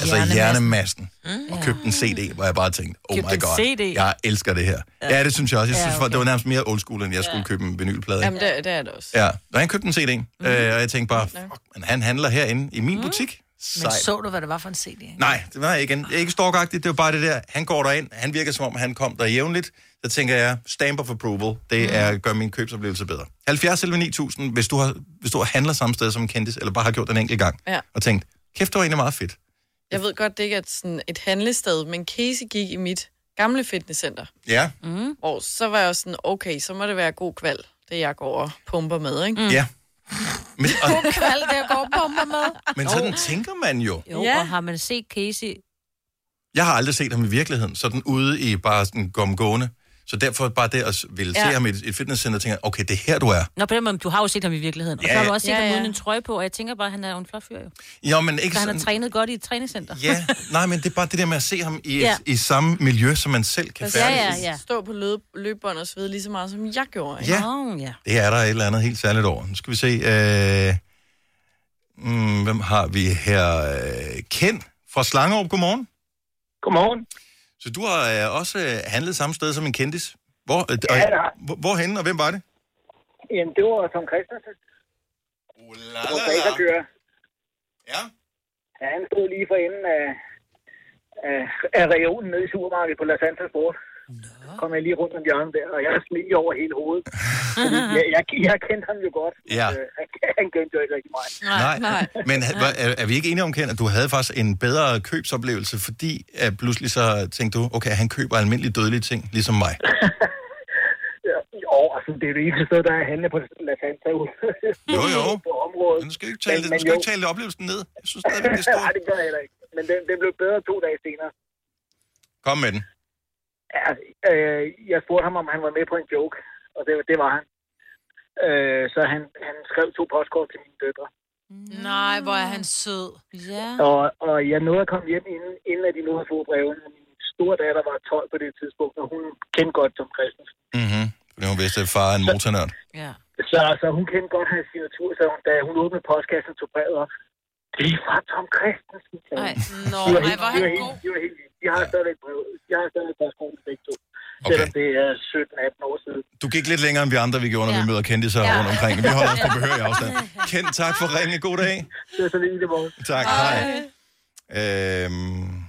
[SPEAKER 1] Altså
[SPEAKER 2] Hjernemassen.
[SPEAKER 1] Hjernemassen. Og købte en CD, hvor jeg bare tænkte, oh
[SPEAKER 5] Købte en
[SPEAKER 1] my god,
[SPEAKER 5] CD?
[SPEAKER 1] jeg elsker det her. Ja, det synes jeg også. Jeg
[SPEAKER 5] Ja,
[SPEAKER 1] synes,
[SPEAKER 5] okay.
[SPEAKER 1] det var nærmest mere old school, end jeg skulle købe en vinylplade.
[SPEAKER 5] Jamen, det, det er det også.
[SPEAKER 1] Ja, og han købte en CD, mm. øh, og jeg tænkte bare, fuck, man, han handler herinde i min butik.
[SPEAKER 3] Men
[SPEAKER 1] Sejt.
[SPEAKER 3] så du, hvad det var for en CD?
[SPEAKER 1] Nej, det var ikke, en- ikke storkagtigt. Det var bare det der, han går derind, han virker som om, han kom der jævnligt. Så tænker jeg, stamp of approval, det er, gør min købsoplevelse bedre. 70 eller 9000, hvis du, har, hvis du handler samme sted som en kendis, eller bare har gjort den enkelt gang,
[SPEAKER 5] Ja.
[SPEAKER 1] og tænkt, kæft, det var egentlig meget fedt.
[SPEAKER 5] Jeg ved godt, det ikke er sådan et handlested, men Casey gik i mit gamle fitnesscenter.
[SPEAKER 1] Ja.
[SPEAKER 5] Mm. Og så var jeg også sådan, okay, så må det være god kval, det jeg går og pumper med, ikke?
[SPEAKER 1] Mm. Ja. Men, og,
[SPEAKER 5] God kval, det jeg går og pumper med.
[SPEAKER 1] men sådan tænker man jo.
[SPEAKER 4] Jo, ja. og har man set Casey...
[SPEAKER 1] Jeg har aldrig set ham i virkeligheden, sådan ude i bare sådan gomgående. Så derfor bare det at ville ja.
[SPEAKER 4] Ja.
[SPEAKER 1] se ham i et, et fitnesscenter, tænker jeg, okay, det er her, du er.
[SPEAKER 4] Nå, på den måde, du har jo set ham i virkeligheden. Og
[SPEAKER 1] Ja,
[SPEAKER 4] så har
[SPEAKER 1] ja.
[SPEAKER 4] du også set
[SPEAKER 1] Ja,
[SPEAKER 4] ja, ham
[SPEAKER 1] ja.
[SPEAKER 4] uden en trøje på, og jeg tænker bare, at han er jo en flot fyr jo.
[SPEAKER 1] Jo, men ikke
[SPEAKER 4] så han
[SPEAKER 1] sådan...
[SPEAKER 4] har trænet godt i et træningscenter.
[SPEAKER 1] Ja, nej, men det er bare det der med at se ham i,
[SPEAKER 4] Ja.
[SPEAKER 1] ja. i samme miljø, som man selv kan
[SPEAKER 5] Altså,
[SPEAKER 1] færdes.
[SPEAKER 5] ja, ja, ja. Stå på løb, løbebånd og svede lige så meget, som jeg gjorde. Ikke?
[SPEAKER 1] Ja.
[SPEAKER 4] Oh, ja.
[SPEAKER 1] Det er der et eller andet helt særligt over. Nu skal vi se. Øh, mm, hvem har vi her? Øh, Ken fra Slangerup. Godmorgen.
[SPEAKER 9] Godmorgen.
[SPEAKER 1] Så du har øh, også øh, handlet samme sted som en kendis. Hvor, øh, og,
[SPEAKER 9] Ja, da.
[SPEAKER 1] hvor, hvorhenne, og hvem var det?
[SPEAKER 9] Jamen, det var Tom Christensen.
[SPEAKER 1] Uh, La,
[SPEAKER 9] Det var ikke at køre.
[SPEAKER 1] Ja.
[SPEAKER 9] Ja, han stod lige for enden af, af, af regionen nede i supermarkedet på La Santa Sport. Nå. Kom jeg lige rundt om hjørnet der, og jeg smil over hele hovedet. Fordi jeg, jeg, jeg kendte ham jo godt.
[SPEAKER 1] Ja.
[SPEAKER 9] Øh, han, han kendte jo ikke rigtig mig.
[SPEAKER 1] Men ha- var- er, er vi ikke enige om, Ken, at du havde faktisk en bedre købsoplevelse, fordi at pludselig så tænkte du, okay, han køber almindelige dødelige ting, ligesom mig.
[SPEAKER 9] Ja, Jo, altså, det er det eneste sted, der er handlet på La Santa.
[SPEAKER 1] Jo, jo.
[SPEAKER 9] [LAUGHS] på området.
[SPEAKER 1] Men du skal ikke tale, det- du skal ikke tale det oplevelsen ned. Jeg synes stadigvæk, det er stort.
[SPEAKER 9] Nej, det gør jeg heller ikke. Men den, den blev bedre to dage senere.
[SPEAKER 1] Kom med den.
[SPEAKER 9] Ja, øh, jeg spurgte ham, om han var med på en joke, og det, det var han. Øh, så han, han skrev to postkort til mine døtre.
[SPEAKER 3] Nej, hvor er han sød.
[SPEAKER 4] Ja.
[SPEAKER 9] Og, og jeg nåede at komme hjem, inden, inden at de nåede at få brevene. Min store datter var 12 på det tidspunkt, og hun kendte godt Tom Christensen.
[SPEAKER 1] Mm-hmm. Fordi hun vidste, at far er en motornørd.
[SPEAKER 9] Så, så hun kendte godt hans signatur, så hun, da hun åbnede postkassen, tog brevet op. Det er fra Tom Christensen. Nej,
[SPEAKER 3] nå,
[SPEAKER 9] nej, hvor han god. De, var helt, vilde. de har stadigvæk brevet. Jeg har stadigvæk postkort til begge to. Okay. Selvom det er 17-18 år siden.
[SPEAKER 1] Du gik lidt længere, end vi andre, vi gjorde, når ja. vi møder kendtiser ja. rundt omkring. Vi holder os på
[SPEAKER 3] [LAUGHS]
[SPEAKER 1] behørig afstand.
[SPEAKER 9] [LAUGHS]
[SPEAKER 1] Kent, tak for ringe. God dag.
[SPEAKER 9] Det er så lige det morgen.
[SPEAKER 1] Tak. Hej. Øhm,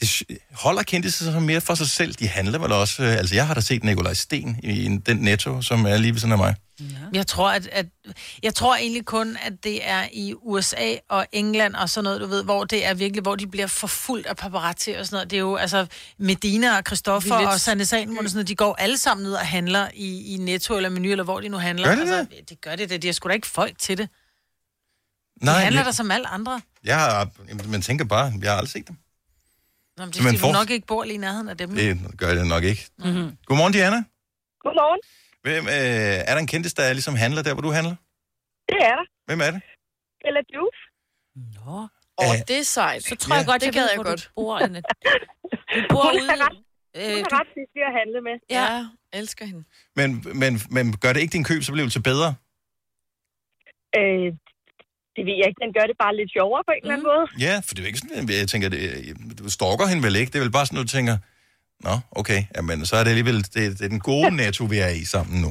[SPEAKER 1] det, sy- holder kendte sig så mere for sig selv. De handler vel også... øh, Altså, jeg har da set Nikolaj Sten i en- den netto, som er lige ved siden af mig.
[SPEAKER 3] Jeg tror, at, at, jeg tror egentlig kun, at det er i USA og England og sådan noget, du ved, hvor det er virkelig, hvor de bliver forfulgt af paparazzi og sådan noget. Det er jo, altså, Medina og Christoffer
[SPEAKER 5] Vi er lidt-
[SPEAKER 3] og Sanne Sagen, sådan noget, de går alle sammen ned og handler i, i Netto eller Menu, eller hvor de nu handler.
[SPEAKER 1] Gør de det?
[SPEAKER 3] altså, det gør det, det. De har sgu da ikke folk til det.
[SPEAKER 1] Nej,
[SPEAKER 3] de handler
[SPEAKER 1] jeg,
[SPEAKER 3] der som alle andre.
[SPEAKER 1] jeg har, jamen, man tænker bare, jeg har aldrig set dem.
[SPEAKER 3] Nå, men det
[SPEAKER 1] Men
[SPEAKER 3] men for...
[SPEAKER 1] for-
[SPEAKER 3] Mm. nok ikke bor lige i nærheden af dem.
[SPEAKER 4] Mhm.
[SPEAKER 1] Det gør jeg nok ikke.
[SPEAKER 3] Mm-hmm.
[SPEAKER 1] Godmorgen, Diana.
[SPEAKER 15] Godmorgen.
[SPEAKER 1] Hvem, øh, er der en kendis, der ligesom handler der, hvor du handler?
[SPEAKER 11] Det er der.
[SPEAKER 1] Hvem er det?
[SPEAKER 11] Bella Diouf.
[SPEAKER 5] Åh,
[SPEAKER 1] Æh,
[SPEAKER 5] det er sejt. Så
[SPEAKER 1] tror jeg Ja. godt,
[SPEAKER 5] det
[SPEAKER 1] jeg
[SPEAKER 5] gad
[SPEAKER 1] ved,
[SPEAKER 5] jeg
[SPEAKER 1] hvor du
[SPEAKER 5] godt.
[SPEAKER 4] bor, Anna.
[SPEAKER 5] Du bor
[SPEAKER 11] Hun er
[SPEAKER 5] ude...
[SPEAKER 11] ret- Hun er ret vigtig at handle med.
[SPEAKER 5] Ja, elsker hende.
[SPEAKER 1] Men, men, men gør det ikke din købsoplevelse bedre?
[SPEAKER 11] Øh, det ved jeg ikke. Den gør det bare lidt sjovere på en eller anden måde.
[SPEAKER 1] Ja, for det er jo ikke sådan, jeg tænker, det, øh, du stalker hende vel ikke? Det er vel bare sådan, du tænker, nå, okay, jamen, så er det alligevel det, det er den
[SPEAKER 4] [LAUGHS]
[SPEAKER 1] gode netto, vi er i sammen nu.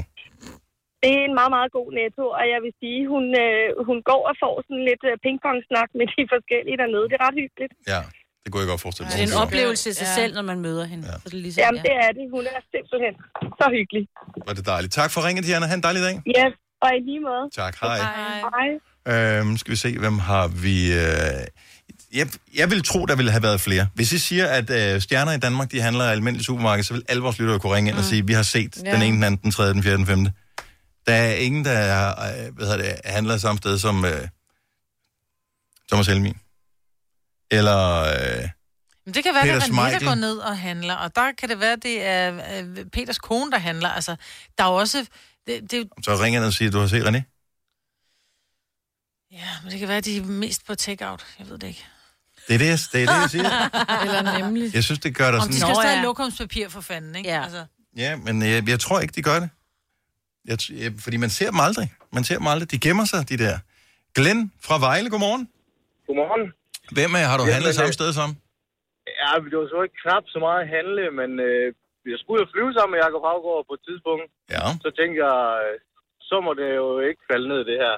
[SPEAKER 11] Det er en meget, meget god netto, og jeg vil sige, hun, øh, hun går og får sådan lidt øh, pingpong-snak med de forskellige dernede. Det er ret hyggeligt.
[SPEAKER 1] Ja, det kunne jeg godt forestille mig.
[SPEAKER 4] [LAUGHS] Det er en
[SPEAKER 1] hun gjorde.
[SPEAKER 4] oplevelse i sig selv, når man møder hende. Så det er ligesom,
[SPEAKER 11] Jamen, det er det. Hun er simpelthen så hyggelig.
[SPEAKER 1] Var det dejligt. Tak for ringet, Diana. Ha' en dejlig dag.
[SPEAKER 11] Ja, og i lige måde.
[SPEAKER 1] Tak, hej.
[SPEAKER 11] Hej.
[SPEAKER 1] Øhm, skal vi se, hvem har vi... Øh... Jeg, jeg vil tro, der ville have været flere. Hvis I siger, at øh, stjerner i Danmark, de handler i almindelige supermarkeder, så vil alle vores lyttere kunne ringe ind og sige, vi har set
[SPEAKER 5] Ja.
[SPEAKER 1] den ene, den anden, den tredje, den fjerde, den femte. Der er ingen, der er, øh, hvad hedder det, handler samme sted som øh, Thomas Helmi. Eller... Øh,
[SPEAKER 3] Men det kan være,
[SPEAKER 1] Peter
[SPEAKER 3] at Renée,
[SPEAKER 1] Schmeichel.
[SPEAKER 3] der går ned og handler, og der kan det være, at det er øh, Peters kone, der handler. Altså, der er jo også... Det, det,
[SPEAKER 1] så ringer ind og siger, du har set René.
[SPEAKER 3] ja, men det kan være, at de er mest på take-out. Jeg ved det ikke.
[SPEAKER 1] Det er det, jeg- det, er det jeg [LAUGHS]
[SPEAKER 3] [LAUGHS]
[SPEAKER 1] siger.
[SPEAKER 3] Eller nemlig.
[SPEAKER 1] Jeg synes, det gør der
[SPEAKER 3] Om de
[SPEAKER 1] sådan...
[SPEAKER 3] skal stadig have lokumspapir for fanden, ikke? Ja. Altså,
[SPEAKER 1] Ja, men øh, jeg, jeg tror ikke, de gør det. Jeg, t- jeg, fordi man ser dem aldrig. Man ser dem aldrig. De gemmer sig, de der. Glenn fra Vejle, godmorgen.
[SPEAKER 15] Godmorgen.
[SPEAKER 1] Hvem af har du
[SPEAKER 15] Ja,
[SPEAKER 1] handlet
[SPEAKER 15] men,
[SPEAKER 1] samme
[SPEAKER 15] øh,
[SPEAKER 1] sted som?
[SPEAKER 15] Ja, men det var så ikke knap så meget handle, men øh, jeg skulle ud og flyve sammen med Jacob Havgaard på et tidspunkt.
[SPEAKER 1] Ja.
[SPEAKER 15] Så tænkte jeg, øh, så må det jo ikke falde ned, det her.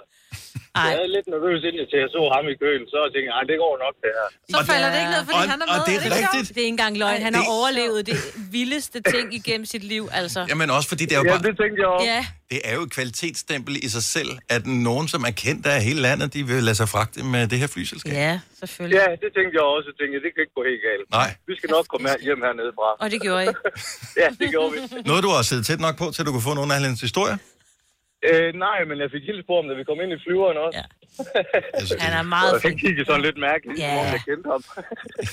[SPEAKER 15] Ej. Jeg er lidt nervøs, inden jeg så ham i køen, så tænkte jeg, "Ej, det går nok, det her.
[SPEAKER 4] Så falder det ikke ned, fordi han er med.
[SPEAKER 1] og det er
[SPEAKER 4] ikke sjovt?
[SPEAKER 1] rigtigt.
[SPEAKER 4] Det er ikke engang løgn. Han har
[SPEAKER 1] Det-
[SPEAKER 4] overlevet det vildeste ting igennem sit liv, altså.
[SPEAKER 1] Jamen også fordi det er jo
[SPEAKER 4] Ja,
[SPEAKER 1] bare...
[SPEAKER 15] det tænkte jeg
[SPEAKER 4] også. Ja.
[SPEAKER 1] Det er jo et kvalitetsstempel i sig selv, at nogen, som er kendt af hele landet, de vil lade sig fragte med det her flyselskab.
[SPEAKER 4] Ja, selvfølgelig.
[SPEAKER 15] Ja, det tænkte jeg også. Jeg tænkte, det kan ikke gå helt galt.
[SPEAKER 1] Nej.
[SPEAKER 15] Vi skal nok komme her, hjem hernede fra.
[SPEAKER 4] Og det gjorde I.
[SPEAKER 15] ja, det gjorde
[SPEAKER 4] [LAUGHS]
[SPEAKER 15] vi.
[SPEAKER 1] Noget, du har siddet tæt nok på, til du kunne få nogle af hans historier?
[SPEAKER 15] Øh, nej, men jeg fik hils på ham, da vi kom ind i flyveren [LAUGHS] også. Ja.
[SPEAKER 4] Han er
[SPEAKER 15] Og
[SPEAKER 4] meget
[SPEAKER 15] han kiggede sådan lidt mærkeligt,
[SPEAKER 4] Ja.
[SPEAKER 15] yeah. jeg kendte ham.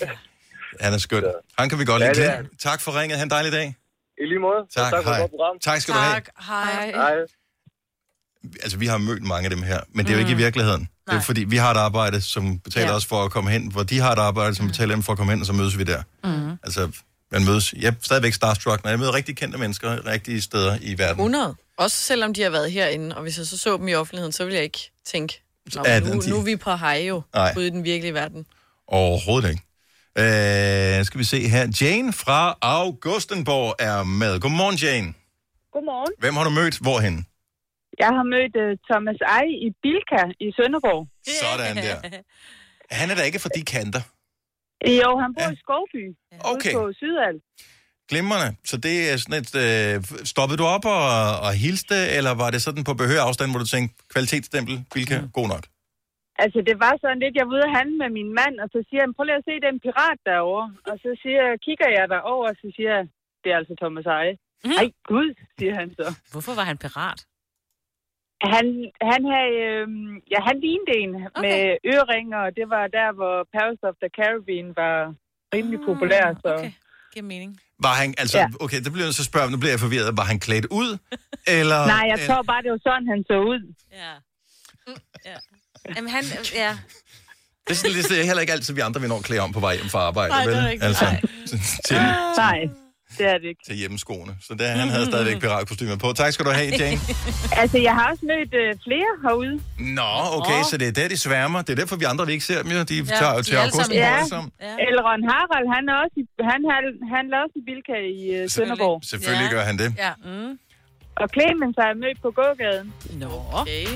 [SPEAKER 1] [LAUGHS] Han er skøn. Han kan vi godt
[SPEAKER 15] Ja,
[SPEAKER 1] lide.
[SPEAKER 15] det
[SPEAKER 1] Glenn, tak for ringet. Han en dejlig dag.
[SPEAKER 15] I lige måde.
[SPEAKER 1] Tak,
[SPEAKER 15] tak for et
[SPEAKER 1] hej.
[SPEAKER 15] godt program.
[SPEAKER 1] Tak skal du have.
[SPEAKER 3] hej.
[SPEAKER 15] Hej.
[SPEAKER 1] altså vi har mødt mange af dem her, men det er jo ikke i
[SPEAKER 3] Mm.
[SPEAKER 1] virkeligheden. Det er
[SPEAKER 3] Nej.
[SPEAKER 1] fordi, vi har et arbejde, som betaler
[SPEAKER 3] Ja.
[SPEAKER 1] os for at komme hen, hvor de har et arbejde, som betaler dem for at komme hen, og så mødes vi der.
[SPEAKER 3] mm.
[SPEAKER 1] Altså, man mødes, jeg er stadigvæk starstruck, når jeg møder rigtig kendte mennesker, rigtige steder i verden.
[SPEAKER 5] 100. Også selvom de har været herinde, og hvis jeg så så dem i offentligheden, så ville jeg ikke tænke, Nå,
[SPEAKER 1] Ja,
[SPEAKER 5] nu,
[SPEAKER 1] den tid."
[SPEAKER 5] nu er vi på hej jo,
[SPEAKER 1] Nej.
[SPEAKER 5] ude i den virkelige verden.
[SPEAKER 1] Overhovedet ikke. Øh, skal vi se her. Jane fra Augustenborg er med. Godmorgen, Jane.
[SPEAKER 16] Godmorgen.
[SPEAKER 1] Hvem har du mødt? Hvorhen?
[SPEAKER 16] Jeg har mødt uh, Thomas Ej i Bilka i Sønderborg.
[SPEAKER 1] Sådan
[SPEAKER 3] [LAUGHS]
[SPEAKER 1] der. Han er da ikke fra de kanter.
[SPEAKER 16] [LAUGHS] Jo, han bor ja. i Skovby.
[SPEAKER 1] Okay.
[SPEAKER 16] Ude på Sydal.
[SPEAKER 1] Glimrende. Så det er sådan et... Øh, stoppede du op og, og hilste, eller var det sådan på behørig afstand, hvor du tænkte, kvalitetsstempel, Bilka, mm. god nok?
[SPEAKER 16] Altså, det var sådan lidt, jeg var ude at handle med min mand, og så siger han, prøv lige at se den pirat derovre. Og så siger, jeg- kigger jeg derover, og så siger jeg, det er altså Thomas Eje.
[SPEAKER 4] Mhm.
[SPEAKER 16] Mm. Ej, gud, siger han så.
[SPEAKER 4] Hvorfor var han pirat?
[SPEAKER 16] Han, han, havde, øh, ja, han lignede en okay. med øreringer, og det var der, hvor Paris of the Caribbean var rimelig populær. Så. Okay.
[SPEAKER 4] Ah, Giver mening.
[SPEAKER 1] Var han, altså, ja.
[SPEAKER 16] Ja.
[SPEAKER 1] okay, det bliver jeg så spørge, om, nu bliver jeg forvirret. Var han klædt ud, eller... øh,
[SPEAKER 16] Nej, jeg tror bare, det var sådan, han så ud.
[SPEAKER 4] Ja. Mm, ja. Jamen, han, ja.
[SPEAKER 1] Det er, sådan, lidt- det er heller ikke altid, vi andre vi når at klæde om på vej hjem fra arbejde,
[SPEAKER 4] Nej, det er
[SPEAKER 1] vel?
[SPEAKER 4] rigtigt.
[SPEAKER 1] Altså,
[SPEAKER 4] Nej.
[SPEAKER 1] [LAUGHS] til,
[SPEAKER 16] Nej, det er det ikke.
[SPEAKER 1] til hjemmeskoene. Så der, han havde stadigvæk piratkostymer på. Tak skal du have,
[SPEAKER 16] [LAUGHS]
[SPEAKER 1] Jane.
[SPEAKER 16] altså, jeg har også mødt øh, flere herude.
[SPEAKER 1] Nå, okay, så det er der, de sværmer. Det er derfor, vi andre vi ikke ser dem, jo. De
[SPEAKER 16] Ja,
[SPEAKER 1] tager jo til Augustenborg alle sammen.
[SPEAKER 16] Ja. Elron Harald, han, er også i, han, han, han er også i Bilka i uh, Sønderborg.
[SPEAKER 1] Selvfølgelig gør han det.
[SPEAKER 16] Ja. Mm. Og Clemens har jeg mødt på gågaden.
[SPEAKER 5] Nå. Okay.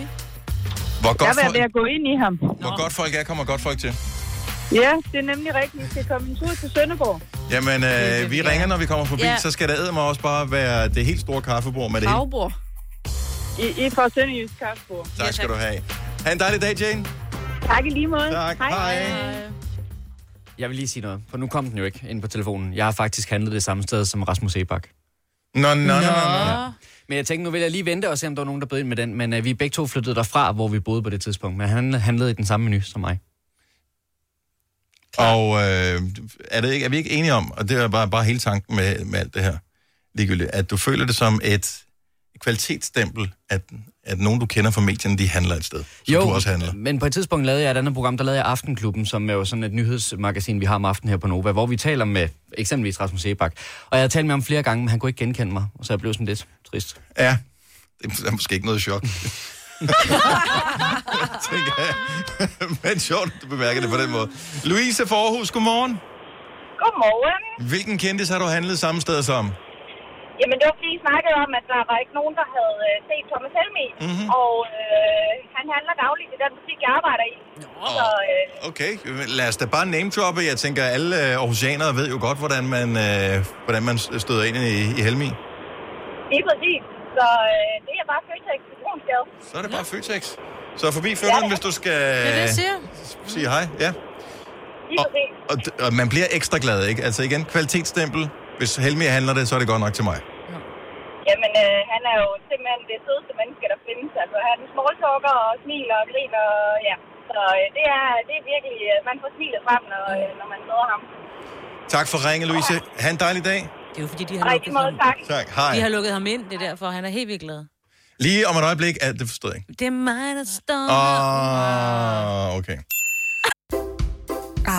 [SPEAKER 1] Hvor
[SPEAKER 16] Jeg
[SPEAKER 1] godt,
[SPEAKER 16] var
[SPEAKER 1] folk,
[SPEAKER 16] ved at gå ind i ham.
[SPEAKER 1] hvor godt folk er, kommer godt folk til.
[SPEAKER 16] Ja, det er nemlig rigtigt. Vi skal komme en tur til Sønderborg.
[SPEAKER 1] Jamen, øh, vi ringer, når vi kommer forbi,
[SPEAKER 16] Ja.
[SPEAKER 1] så skal der mig også bare være det helt store kaffebord med det hele.
[SPEAKER 16] Havbord. I, I får Sønderjysk Kaffebord.
[SPEAKER 1] Tak skal du have. Ha' en dejlig dag, Jane.
[SPEAKER 16] Tak i lige måde.
[SPEAKER 1] Tak. Hej.
[SPEAKER 8] Jeg vil lige sige noget, for nu kom den jo ikke ind på telefonen. Jeg har faktisk handlet det samme sted som Rasmus Ebak.
[SPEAKER 1] Nå, nå, nå, nå.
[SPEAKER 8] Ja. Men jeg tænkte, nu vil jeg lige vente og se, om der var nogen, der bød ind med den. Men uh, vi er begge to flyttede derfra, hvor vi boede på det tidspunkt. Men han handlede i den samme menu som mig.
[SPEAKER 1] Og øh, er, det ikke, er vi ikke enige om, og det er bare, bare hele tanken med, med alt det her, ligegyldigt, at du føler det som et kvalitetsstempel, at, at nogen, du kender fra medierne, de handler et sted, som
[SPEAKER 8] Jo,
[SPEAKER 1] du også handler. [LAUGHS]
[SPEAKER 8] men på et tidspunkt lavede jeg et andet program, der lavede jeg Aftenklubben, som er jo sådan et nyhedsmagasin, vi har om aftenen her på Nova, hvor vi taler med eksempelvis Rasmus Sebak. Og jeg havde talt med ham flere gange, men han kunne ikke genkende mig, og så jeg blev sådan lidt trist.
[SPEAKER 1] Ja, det er måske ikke noget chok. Tænker jeg. men sjovt, du bemærker det på den måde. Louise Forhus, godmorgen.
[SPEAKER 17] Godmorgen.
[SPEAKER 1] Hvilken kendis har du handlet samme sted som?
[SPEAKER 17] Jamen, det var fordi, I snakkede om, at der var ikke nogen, der havde øh, set Thomas Helmi.
[SPEAKER 1] Mhm.
[SPEAKER 17] Og øh, han handler dagligt i den butik, jeg arbejder i. Så øh,
[SPEAKER 1] Okay, lad os da bare name droppe. Jeg tænker, alle øh, aarhusianere ved jo godt, hvordan man, øh, hvordan man støder ind i, i Helmi.
[SPEAKER 17] lige præcis. Så øh, det er bare Føtex i Brunsgade.
[SPEAKER 1] Så er det bare Føtex. Så forbi følgeren, hvis du skal øh, sige hej. Ja.
[SPEAKER 17] Lige præcis.
[SPEAKER 1] Og, d- og man bliver ekstra glad, ikke? Altså igen, kvalitetsstempel. Hvis Helmi handler det, så er det godt nok til mig.
[SPEAKER 17] Jamen, øh, han er jo simpelthen det sødeste menneske, der findes. Altså, han småltalker og smiler og griner, og ja. Så øh, det, er, det er virkelig, øh, man får smilet frem, når, øh, når man møder ham.
[SPEAKER 1] Tak for ringen, Louise. Ha' en dejlig dag.
[SPEAKER 4] Det er jo fordi, de
[SPEAKER 17] Ej,
[SPEAKER 4] har
[SPEAKER 17] i
[SPEAKER 4] lukket
[SPEAKER 17] måde,
[SPEAKER 4] ham.
[SPEAKER 17] tak.
[SPEAKER 1] Tak. Hej.
[SPEAKER 4] De har lukket ham ind, det er derfor. Han er helt vildt glad.
[SPEAKER 1] Lige om et øjeblik. Ja, det forstod jeg ikke.
[SPEAKER 4] Det er mig, der står.
[SPEAKER 1] Åh, oh, okay.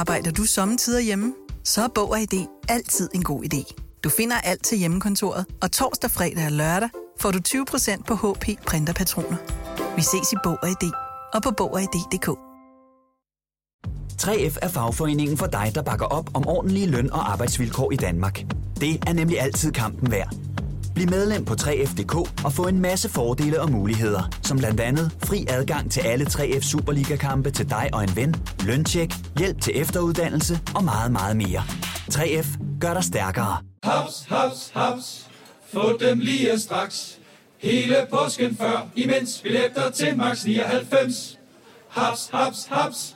[SPEAKER 12] Arbejder du sommetider hjemme? Så er Bog og ID altid en god idé. Du finder alt til hjemmekontoret, og torsdag, fredag og lørdag får du 20% på HP printerpatroner. Vi ses i Bog og ID og på Bog og
[SPEAKER 13] 3F er fagforeningen for dig, der bakker op om ordentlige løn- og arbejdsvilkår i Danmark. Det er nemlig altid kampen værd. Bliv medlem på 3F.dk og få en masse fordele og muligheder, som blandt andet fri adgang til alle 3F Superliga-kampe til dig og en ven, løntjek, hjælp til efteruddannelse og meget, meget mere. 3F gør dig stærkere.
[SPEAKER 14] Haps, haps, haps. Få dem lige straks. Hele påsken før, imens billetter til max 99. Haps, haps, haps.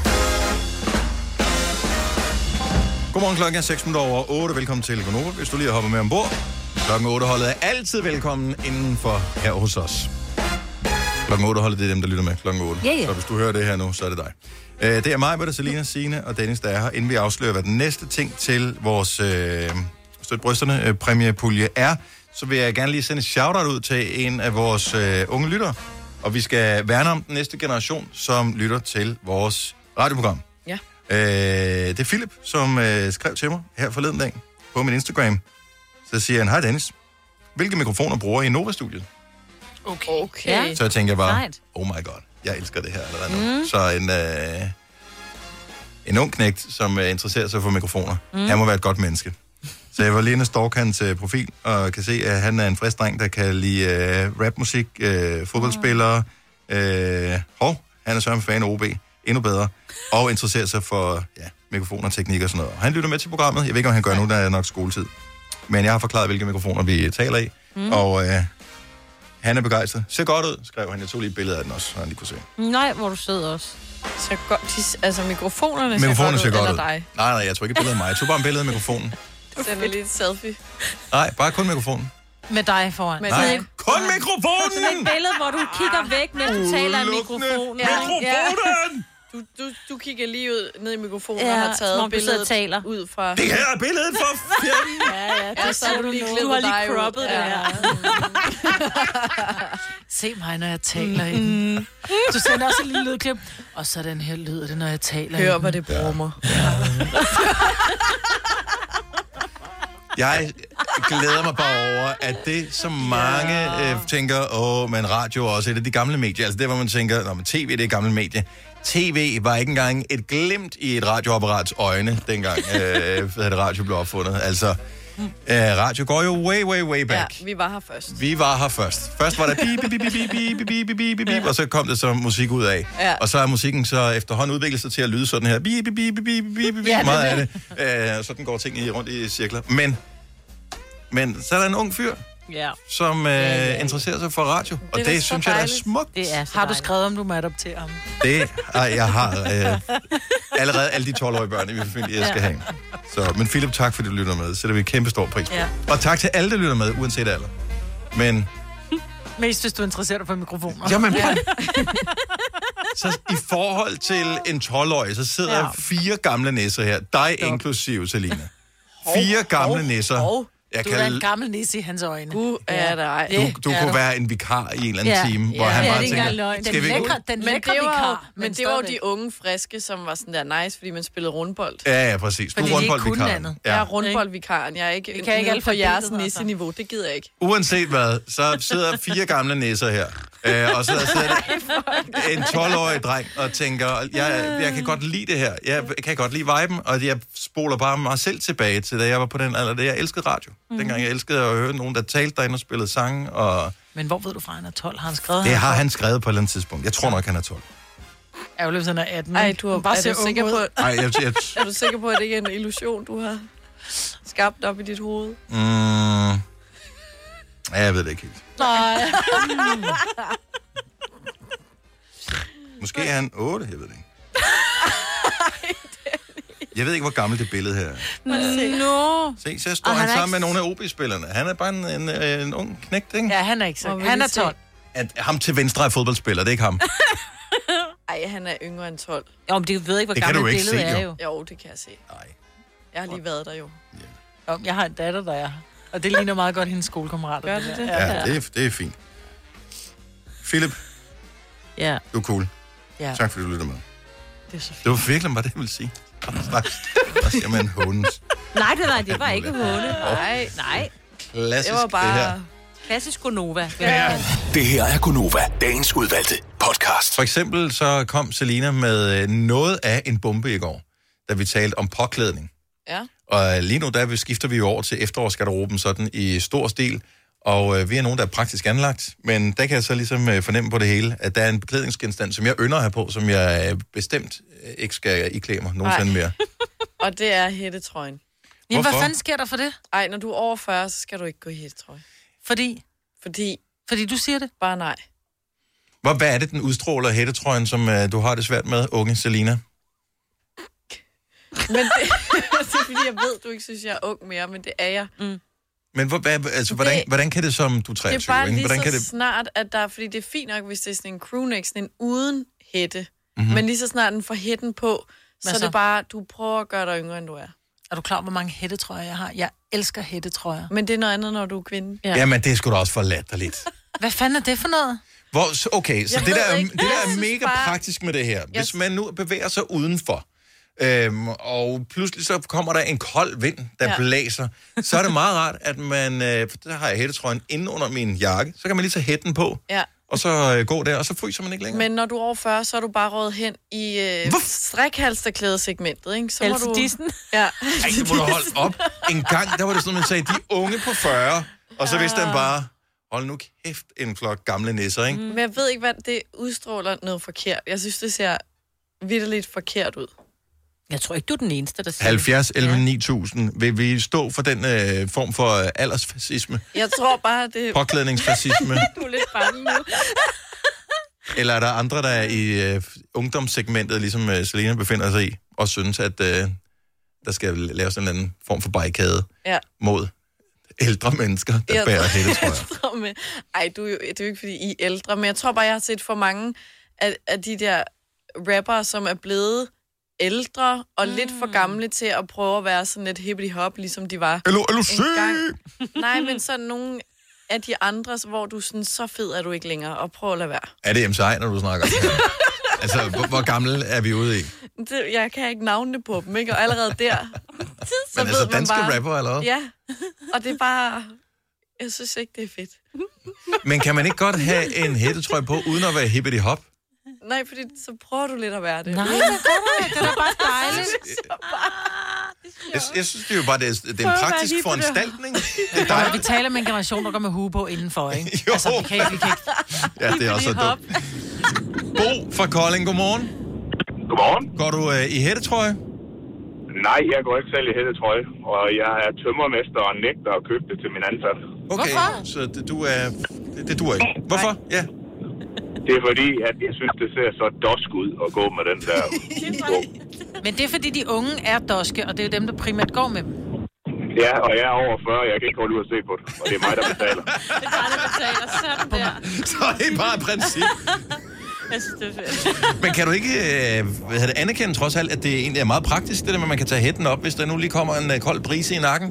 [SPEAKER 1] Godmorgen, klokken er 6 minutter over 8. Velkommen til Konoba, hvis du lige hopper med ombord. Klokken 8 holdet er altid velkommen indenfor her hos os. Klokken 8 holdet, det er dem, der lytter med. Klokken 8.
[SPEAKER 2] Ja, ja.
[SPEAKER 1] Så hvis du hører det her nu, så er det dig. Øh, Det er mig, Britta, Selina, Signe og Dennis, der er her. Inden vi afslører, hvad den næste ting til vores øh, Støt Brysterne øh, præmiepulje er, så vil jeg gerne lige sende et shout-out ud til en af vores øh, unge lyttere. Og vi skal værne om den næste generation, som lytter til vores radioprogram.
[SPEAKER 5] Ja.
[SPEAKER 1] Øh, det er Philip, som øh, skrev til mig her forleden dag på min Instagram. Så siger han, hej Dennis, hvilke mikrofoner bruger I i Nova-studiet?
[SPEAKER 5] Okay.
[SPEAKER 1] Okay. Så jeg tænker bare, oh my god, jeg elsker det her allerede nu.
[SPEAKER 5] Mm.
[SPEAKER 1] Mm. Så en, øh, en ung knægt, som øh, interesserer sig for mikrofoner,
[SPEAKER 2] Mm.
[SPEAKER 1] mm. han må være et godt menneske. Så jeg var lige inde og stalk hans øh, profil, og kan se, at han er en frisk dreng, der kan lide øh, rapmusik, øh, fodboldspillere, øh, hov, han er sørme fan af OB, endnu bedre, og interesserer sig for ja, mikrofoner, teknik og sådan noget. Og han lytter med til programmet, jeg ved ikke, om han gør nu, der er nok skoletid. Men jeg har forklaret, hvilke mikrofoner vi øh, taler i,
[SPEAKER 4] Mm.
[SPEAKER 1] mm. og øh, han er begejstret. Ser godt ud, skrev han. Jeg tog lige et billede af den også, så han lige kunne se.
[SPEAKER 4] Nej, hvor er du sød også.
[SPEAKER 5] Så godt, de, altså mikrofonerne,
[SPEAKER 1] Mikrofonen
[SPEAKER 5] ser
[SPEAKER 1] ser
[SPEAKER 5] godt
[SPEAKER 1] godt
[SPEAKER 5] eller
[SPEAKER 1] ud.
[SPEAKER 5] dig.
[SPEAKER 1] Nej, nej, jeg tog ikke et billede af mig. Jeg tog bare et billede af mikrofonen.
[SPEAKER 5] Du sender lige et selfie.
[SPEAKER 1] Nej, bare kun mikrofonen.
[SPEAKER 3] Med dig foran.
[SPEAKER 1] Med Nej, dig. kun mikrofonen!
[SPEAKER 4] Sådan et billede, hvor du kigger væk, mens du taler i mikrofonen.
[SPEAKER 1] Mikrofonen!
[SPEAKER 5] Du, du, du kigger lige ud ned i mikrofonen
[SPEAKER 4] Ja,
[SPEAKER 5] og har
[SPEAKER 4] som
[SPEAKER 5] taget
[SPEAKER 4] om du sidder
[SPEAKER 5] billedet
[SPEAKER 4] og taler.
[SPEAKER 5] ud fra...
[SPEAKER 1] Det her er billedet for fjenden!
[SPEAKER 5] ja, ja,
[SPEAKER 4] det
[SPEAKER 5] ja, så
[SPEAKER 4] ser
[SPEAKER 5] har du
[SPEAKER 4] du
[SPEAKER 5] lige
[SPEAKER 4] nu.
[SPEAKER 5] klippet
[SPEAKER 4] Du har lige
[SPEAKER 5] dig ud.
[SPEAKER 4] croppet det
[SPEAKER 5] Ja.
[SPEAKER 4] her.
[SPEAKER 3] Se mig, når jeg taler i den. Du sender også en lille lydklip. Og så den her lyd, det er, når jeg taler i
[SPEAKER 5] Hør,
[SPEAKER 3] den.
[SPEAKER 5] hvor det brummer.
[SPEAKER 1] Jeg glæder mig bare over, at det, som mange ja. øh, tænker, åh, men radio er også et af de gamle medier. Altså det, hvor man tænker, Nå, men tv det er et gammelt medie. TV var ikke engang et glimt i et radioapparats øjne, dengang øh, [LAUGHS] hvad det radio blev opfundet. Altså, øh, radio går jo way, way, way back.
[SPEAKER 5] Mm. Ja, vi var her først.
[SPEAKER 1] Vi var her først. Først var der bip, bip, bip, bip, bip, bip, bip, bip, bip, bip,
[SPEAKER 5] [LAUGHS]
[SPEAKER 1] bip, og så kom det så musik ud af.
[SPEAKER 5] Ja.
[SPEAKER 1] Og så er musikken så efterhånden udviklet sig til at lyde sådan her. Bip, bip, bip, bip, bip, bip, bip,
[SPEAKER 5] Ja,
[SPEAKER 1] ja,
[SPEAKER 5] det
[SPEAKER 1] meget
[SPEAKER 5] er
[SPEAKER 1] af det. Øh, sådan går ting i, rundt i cirkler. Men, men så er der en ung fyr,
[SPEAKER 3] Ja.
[SPEAKER 1] som øh, interesserer sig for radio. Og det, det synes jeg er smukt.
[SPEAKER 3] Det er Har du skrevet, om du må adoptere ham?
[SPEAKER 1] Det ej, jeg har øh, allerede alle de 12-årige børn i min familie, jeg skal
[SPEAKER 3] Ja.
[SPEAKER 1] have. Så, men Philip, tak fordi du lytter med. Sætter vi en kæmpe stor pris på.
[SPEAKER 3] Ja.
[SPEAKER 1] Og tak til alle, der lytter med, uanset alder. Men
[SPEAKER 3] Mest hvis du interesserer dig for mikrofoner.
[SPEAKER 1] Jamen,
[SPEAKER 3] [LAUGHS]
[SPEAKER 1] prøv. så i forhold til en 12-årig, så sidder
[SPEAKER 3] Ja.
[SPEAKER 1] ja. fire gamle næsser her. Dig inklusive, Selina. Fire gamle næsser. Jeg
[SPEAKER 3] Du er en
[SPEAKER 1] kan,
[SPEAKER 3] gammel nisse i hans øjne. Du
[SPEAKER 5] er der ej.
[SPEAKER 1] du, du kunne være en vikar i en eller anden time, hvor han bare tænker...
[SPEAKER 3] Den lækre, den
[SPEAKER 5] men
[SPEAKER 3] lækre
[SPEAKER 5] det var, jo-
[SPEAKER 3] vikar.
[SPEAKER 5] Men, det var jo de unge friske, som var sådan der nice, fordi man spillede rundbold.
[SPEAKER 1] Ja, ja, præcis. Du er rundboldvikaren.
[SPEAKER 5] Ja. Jeg er
[SPEAKER 1] Ja.
[SPEAKER 5] rundboldvikaren. Jeg er ikke,
[SPEAKER 3] Vi
[SPEAKER 5] vi
[SPEAKER 3] kan
[SPEAKER 5] kan
[SPEAKER 3] ikke
[SPEAKER 5] ikke på
[SPEAKER 3] alfabetet,
[SPEAKER 5] jeres
[SPEAKER 3] altså.
[SPEAKER 5] nisse-niveau. Det gider jeg ikke.
[SPEAKER 1] Uanset hvad, så sidder fire gamle næsser her. Øh, og så sidder der en 12-årig dreng og tænker, jeg, jeg kan godt lide det her. Jeg kan godt lide viben, og jeg spoler bare mig selv tilbage til, da jeg var på den alder, da jeg elskede radio.
[SPEAKER 3] Mhm.
[SPEAKER 1] Mm. Dengang jeg elskede at høre nogen, der talte derinde og spillede sange, og
[SPEAKER 3] Men hvor ved du fra, han er 12? Har han skrevet
[SPEAKER 1] det har han skrevet på et eller andet tidspunkt. Jeg tror nok, han er 12.
[SPEAKER 3] Ærgerligt, hvis han er 18.
[SPEAKER 5] Ej,
[SPEAKER 3] ikke?
[SPEAKER 5] du har,
[SPEAKER 3] Han
[SPEAKER 5] bare er,
[SPEAKER 3] ser
[SPEAKER 5] du
[SPEAKER 3] ung
[SPEAKER 5] sikker
[SPEAKER 3] ud.
[SPEAKER 5] på,
[SPEAKER 3] [LAUGHS]
[SPEAKER 1] Ej, jeg, jeg,
[SPEAKER 5] er du sikker på, at det ikke er en illusion, du har skabt op i dit hoved?
[SPEAKER 1] mm, ja, jeg ved det ikke helt.
[SPEAKER 5] [LAUGHS] Nej.
[SPEAKER 1] Måske er han 8, jeg ved det ikke. Jeg ved ikke, hvor gammelt det billede her er.
[SPEAKER 3] Nå.
[SPEAKER 1] Se, så står
[SPEAKER 3] Og
[SPEAKER 1] han,
[SPEAKER 3] han er
[SPEAKER 1] han sammen
[SPEAKER 3] ikke-
[SPEAKER 1] med nogle af OB-spillerne. Han er bare en, en, øh, en ung knægt, ikke?
[SPEAKER 3] Ja, han er ikke så.
[SPEAKER 5] Hvor vil
[SPEAKER 3] Han
[SPEAKER 5] I
[SPEAKER 3] er
[SPEAKER 5] se?
[SPEAKER 3] 12.
[SPEAKER 1] At ham til venstre er fodboldspiller, det er ikke ham.
[SPEAKER 5] Ej, han er yngre end 12.
[SPEAKER 4] Jo, men det ved ikke,
[SPEAKER 1] hvor Det kan gammelt du ikke billedet se, er jo.
[SPEAKER 5] Jo, det kan jeg se.
[SPEAKER 1] Nej.
[SPEAKER 5] Jeg har lige været der jo.
[SPEAKER 3] Om, jeg har en datter, der er her. Og det ligner meget godt hendes skolekammerater.
[SPEAKER 5] Gør
[SPEAKER 3] det
[SPEAKER 5] det
[SPEAKER 3] der.
[SPEAKER 1] Ja, det er, det er fint. Philip,
[SPEAKER 4] Ja.
[SPEAKER 1] du er cool.
[SPEAKER 3] Ja.
[SPEAKER 1] Ja. Tak, fordi du lytter med.
[SPEAKER 3] Det er så fint.
[SPEAKER 1] Det var virkelig bare det, jeg ville sige. Og siger man hånens.
[SPEAKER 4] Nej, det var, det var ikke hunde. Nej, nej.
[SPEAKER 1] Klassisk,
[SPEAKER 4] det var bare
[SPEAKER 1] det her.
[SPEAKER 4] klassisk Gonova.
[SPEAKER 1] Det her er Gunova, dagens udvalgte podcast. For eksempel så kom Selina med øh, noget af en bombe i går, da vi talte om påklædning.
[SPEAKER 5] Ja.
[SPEAKER 1] Og øh, lige nu, der vi- skifter vi jo over til efterårsgarderoben sådan i stor stil. Og øh, vi er nogen, der er praktisk anlagt, men der kan jeg så ligesom øh, fornemme på det hele, at der er en beklædningsgenstand, som jeg ynder at have på, som jeg øh, bestemt øh, ikke skal iklæde mig nogensinde
[SPEAKER 5] Nej. [LAUGHS]
[SPEAKER 1] mere.
[SPEAKER 5] Og det er hættetrøjen.
[SPEAKER 1] Jamen, hvad Hvorfor? fanden
[SPEAKER 3] sker der for det?
[SPEAKER 5] Ej, når du er over 40, så skal du ikke gå i hættetrøje.
[SPEAKER 3] Fordi?
[SPEAKER 5] Fordi?
[SPEAKER 3] Fordi du siger det?
[SPEAKER 5] Bare nej.
[SPEAKER 1] Hvor, hvad er det, den udstråler hættetrøjen, som øh, du har det svært med, unge Selina?
[SPEAKER 5] Men det, [LAUGHS] det er fordi, jeg ved, du ikke synes, jeg er ung mere, men det er jeg. Mm.
[SPEAKER 1] Men hvor, hvad, altså, hvordan,
[SPEAKER 5] Det-
[SPEAKER 1] hvordan kan det som, du er 23,
[SPEAKER 5] det er bare
[SPEAKER 1] ikke?
[SPEAKER 5] lige
[SPEAKER 1] hvordan
[SPEAKER 5] så
[SPEAKER 1] kan det...
[SPEAKER 5] snart, at der er, fordi det er fint nok, hvis det er sådan en crewneck, sådan en uden hætte.
[SPEAKER 1] Mhm.
[SPEAKER 5] Mm-hmm. Men lige så snart den får hætten på, så,
[SPEAKER 3] Hvad
[SPEAKER 5] er
[SPEAKER 3] så?
[SPEAKER 5] det bare, du prøver at gøre dig yngre, end du er.
[SPEAKER 3] Er du klar, over, hvor mange hættetrøjer jeg har? Jeg elsker hættetrøjer.
[SPEAKER 5] Men det er noget andet, når du er kvinde.
[SPEAKER 1] Ja. Jamen, det er sgu da også for latterligt.
[SPEAKER 3] Hvad fanden er det for noget?
[SPEAKER 1] Hvor, så- okay, så
[SPEAKER 3] Jeg
[SPEAKER 1] det
[SPEAKER 3] ved
[SPEAKER 1] der, er,
[SPEAKER 3] ikke.
[SPEAKER 1] det der
[SPEAKER 3] Jeg
[SPEAKER 1] er
[SPEAKER 3] synes
[SPEAKER 1] mega
[SPEAKER 3] bare-
[SPEAKER 1] praktisk med det her. Hvis
[SPEAKER 3] Jeg-
[SPEAKER 1] man nu bevæger sig udenfor, øhm, og pludselig så kommer der en kold vind, der
[SPEAKER 2] Ja.
[SPEAKER 1] ja. blæser, så er det meget rart, at man... Øh, for der har jeg hættetrøjen inde under min jakke, så kan man lige tage hætten på,
[SPEAKER 5] Ja.
[SPEAKER 1] og så øh, gå der, og så fryser man ikke længere.
[SPEAKER 5] Men når du er over 40, så er du bare råd hen i øh, strikhalsterklædesegmentet, ikke? Så må
[SPEAKER 1] Else
[SPEAKER 5] du...
[SPEAKER 1] Dissen.
[SPEAKER 5] Ja.
[SPEAKER 1] Ej, det må du holde op. En gang, der var det sådan, man sagde, de unge på 40, og så vidste den bare, hold nu kæft, en flok gamle nisser,
[SPEAKER 3] Mm.
[SPEAKER 1] ikke?
[SPEAKER 5] Men jeg ved ikke, hvad det udstråler noget forkert. Jeg synes, det ser vidderligt forkert ud.
[SPEAKER 4] Jeg tror ikke, du er den eneste, der siger
[SPEAKER 1] 70, 11, 9000. Vil vi stå for den øh, form for øh, aldersfascisme?
[SPEAKER 5] Jeg tror bare, det...
[SPEAKER 4] [LAUGHS]
[SPEAKER 1] Påklædningsfascisme?
[SPEAKER 5] du er lidt bange nu.
[SPEAKER 1] Eller er der andre, der er i øh, ungdomssegmentet, ligesom øh, Selena befinder sig i, og synes, at øh, der skal laves en eller anden form for barrikade
[SPEAKER 5] Ja.
[SPEAKER 1] mod ældre mennesker, der
[SPEAKER 5] Jeg
[SPEAKER 1] bærer
[SPEAKER 5] tror-
[SPEAKER 1] hættetrøjer?
[SPEAKER 5] [LAUGHS] jeg tror med, ej, du, er jo- det er jo ikke, fordi I er ældre, men jeg tror bare, jeg har set for mange af, af de der rappere, som er blevet ældre og mm. lidt for gamle til at prøve at være sådan lidt hippity-hop, ligesom de var
[SPEAKER 1] Hello, hello,
[SPEAKER 5] engang. Nej, men sådan nogle af de andre, hvor du sådan, så fed er du ikke længere, og prøv at lade være.
[SPEAKER 1] Er det MCI, når du snakker om det her? Altså, hvor, hvor gammel er vi ude i?
[SPEAKER 5] Det, jeg kan ikke navne på dem, ikke? Og allerede der, så
[SPEAKER 1] Men
[SPEAKER 5] ved
[SPEAKER 1] altså,
[SPEAKER 5] man
[SPEAKER 1] danske
[SPEAKER 5] bare...
[SPEAKER 1] rapper, eller hvad?
[SPEAKER 5] Ja, og det er bare... Jeg synes ikke, det er fedt.
[SPEAKER 1] [LAUGHS] Men kan man ikke godt have en hættetrøje på, uden at være hippity-hop?
[SPEAKER 5] Nej, fordi så prøver du lidt at være det.
[SPEAKER 3] Nej, det gør det. Det er da bare dejligt.
[SPEAKER 1] Jeg, jeg synes, det er jo bare det er, det er en praktisk
[SPEAKER 3] [LAUGHS]
[SPEAKER 1] foranstaltning. Det er
[SPEAKER 3] Og vi
[SPEAKER 1] dejligt.
[SPEAKER 3] taler med en generation, der går med hue på indenfor,
[SPEAKER 1] [LAUGHS]
[SPEAKER 3] ikke? jo. Altså, vi kan ikke, vi kan ikke.
[SPEAKER 1] Ja, det er også så
[SPEAKER 3] Hippity-hop.
[SPEAKER 1] dumt. Bo fra Kolding, godmorgen. Godmorgen. Går du øh, i hættetrøje?
[SPEAKER 10] Nej, jeg går ikke selv i hættetrøje, og jeg er tømmermester og nægter at købe det til min ansatte.
[SPEAKER 1] Okay, Hvorfor? så det, du er... Det, det du ikke. Hvorfor? Ja.
[SPEAKER 10] Det er fordi, at jeg synes, det ser så dosk ud at gå med den
[SPEAKER 1] [LAUGHS]
[SPEAKER 10] der.
[SPEAKER 3] Men det er, fordi de unge er doske, og det er jo dem, der primært går med dem.
[SPEAKER 10] Ja, og jeg er over 40, jeg kan ikke holde ud at se på det, og det er mig, der betaler.
[SPEAKER 3] betaler sådan der.
[SPEAKER 1] Så [LAUGHS] det er bare et princip.
[SPEAKER 4] Jeg synes, det er fedt.
[SPEAKER 1] Men kan du ikke øh, hvad hedder det, anerkende trods alt, at det egentlig er meget praktisk, det der med, at man kan tage hætten op, hvis der nu lige kommer en øh, kold brise i nakken?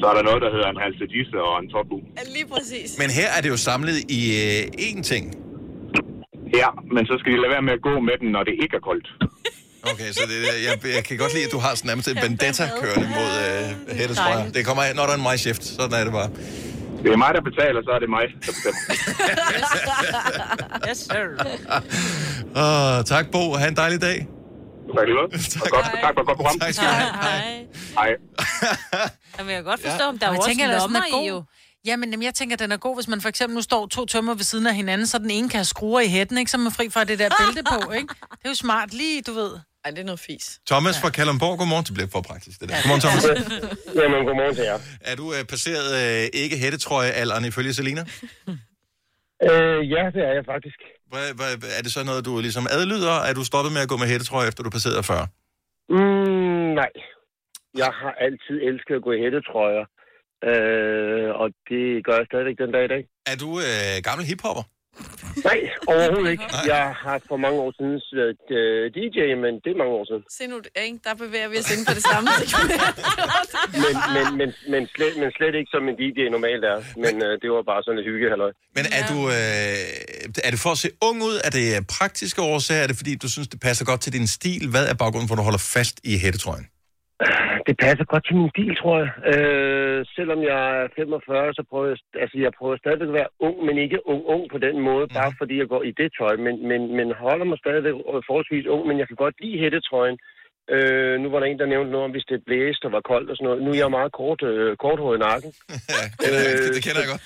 [SPEAKER 10] Så er der noget, der hedder en halsedisse og en topu.
[SPEAKER 5] Lige præcis.
[SPEAKER 1] Men her er det jo samlet i øh, én ting.
[SPEAKER 10] Ja, men så skal de lade være med at gå med den, når det ikke er koldt.
[SPEAKER 1] Okay, så det der, jeg, jeg kan godt lide, at du har sådan nærmest en vendetta kørende mod øh, hættetrøjer. Det kommer af, når der er en majskift. Sådan er det bare.
[SPEAKER 10] Det er mig, der betaler, så er det mig, der bestemmer.
[SPEAKER 4] yes, sir.
[SPEAKER 1] [LAUGHS] Åh, tak, Bo. Ha' en dejlig dag.
[SPEAKER 10] Tak lige meget.
[SPEAKER 1] [LAUGHS] tak. Godt,
[SPEAKER 10] tak for et godt program.
[SPEAKER 1] Tak skal du have.
[SPEAKER 4] Hej.
[SPEAKER 10] Hej.
[SPEAKER 4] Jamen, jeg kan godt forstå, om der er
[SPEAKER 3] Og
[SPEAKER 4] jo
[SPEAKER 3] jeg
[SPEAKER 4] også
[SPEAKER 3] tænker, at den
[SPEAKER 4] lommer
[SPEAKER 3] er god.
[SPEAKER 4] i
[SPEAKER 3] Jo.
[SPEAKER 4] jo.
[SPEAKER 3] Jamen, jamen, jeg tænker, at den er god, hvis man for eksempel nu står to tømmer ved siden af hinanden, så den ene kan have skruer i hætten, ikke? så er man fri fra det der bælte på. Ikke? Det er jo smart lige, du ved.
[SPEAKER 5] Ej, det er noget fis.
[SPEAKER 1] Thomas fra Kalundborg, godmorgen. Det bliver for praktisk, det der. Godmorgen, Thomas.
[SPEAKER 18] [LAUGHS] Jamen, godmorgen til jer.
[SPEAKER 1] Er du øh, passeret øh, ikke hættetrøjealderen ifølge Selina?
[SPEAKER 18] Øh, ja, det er jeg faktisk.
[SPEAKER 1] Hva, hva, er det så noget, du ligesom adlyder? Er du stoppet med at gå med hættetrøje, efter du passerede 40?
[SPEAKER 18] Mm, nej. Jeg har altid elsket at gå i hættetrøjer. Øh, og det gør jeg stadigvæk den dag i dag.
[SPEAKER 1] Er du øh, gammel hiphopper?
[SPEAKER 18] Nej, overhovedet ikke. Jeg har for mange år siden været øh, DJ, men det er mange år siden.
[SPEAKER 5] Se nu, ikke? der bevæger vi os inden for det samme.
[SPEAKER 18] Men, men, men, men, slet, men slet ikke som en DJ normalt er. Men øh, det var bare sådan et hyggehalløj.
[SPEAKER 1] Men er, du, øh, er det for at se ung ud? Er det øh, praktiske årsager? Er det fordi, du synes, det passer godt til din stil? Hvad er baggrunden for, at du holder fast i hættetrøjen?
[SPEAKER 18] Det passer godt til min stil, tror jeg. Øh, selvom jeg er 45, så prøver jeg, altså jeg prøver stadigvæk at være ung, men ikke ung-ung på den måde, bare
[SPEAKER 1] Mhm.
[SPEAKER 18] fordi jeg går i det tøj. Men, men, men holder mig stadigvæk forholdsvis ung, men jeg kan godt lide hættetrøjen. Øh, nu var der en, der nævnte noget om, hvis det blæste og var koldt og sådan noget. Nu er jeg meget kort, øh, korthåret i
[SPEAKER 1] [LAUGHS]
[SPEAKER 18] nakken. Øh,
[SPEAKER 1] Øh, det kender jeg godt.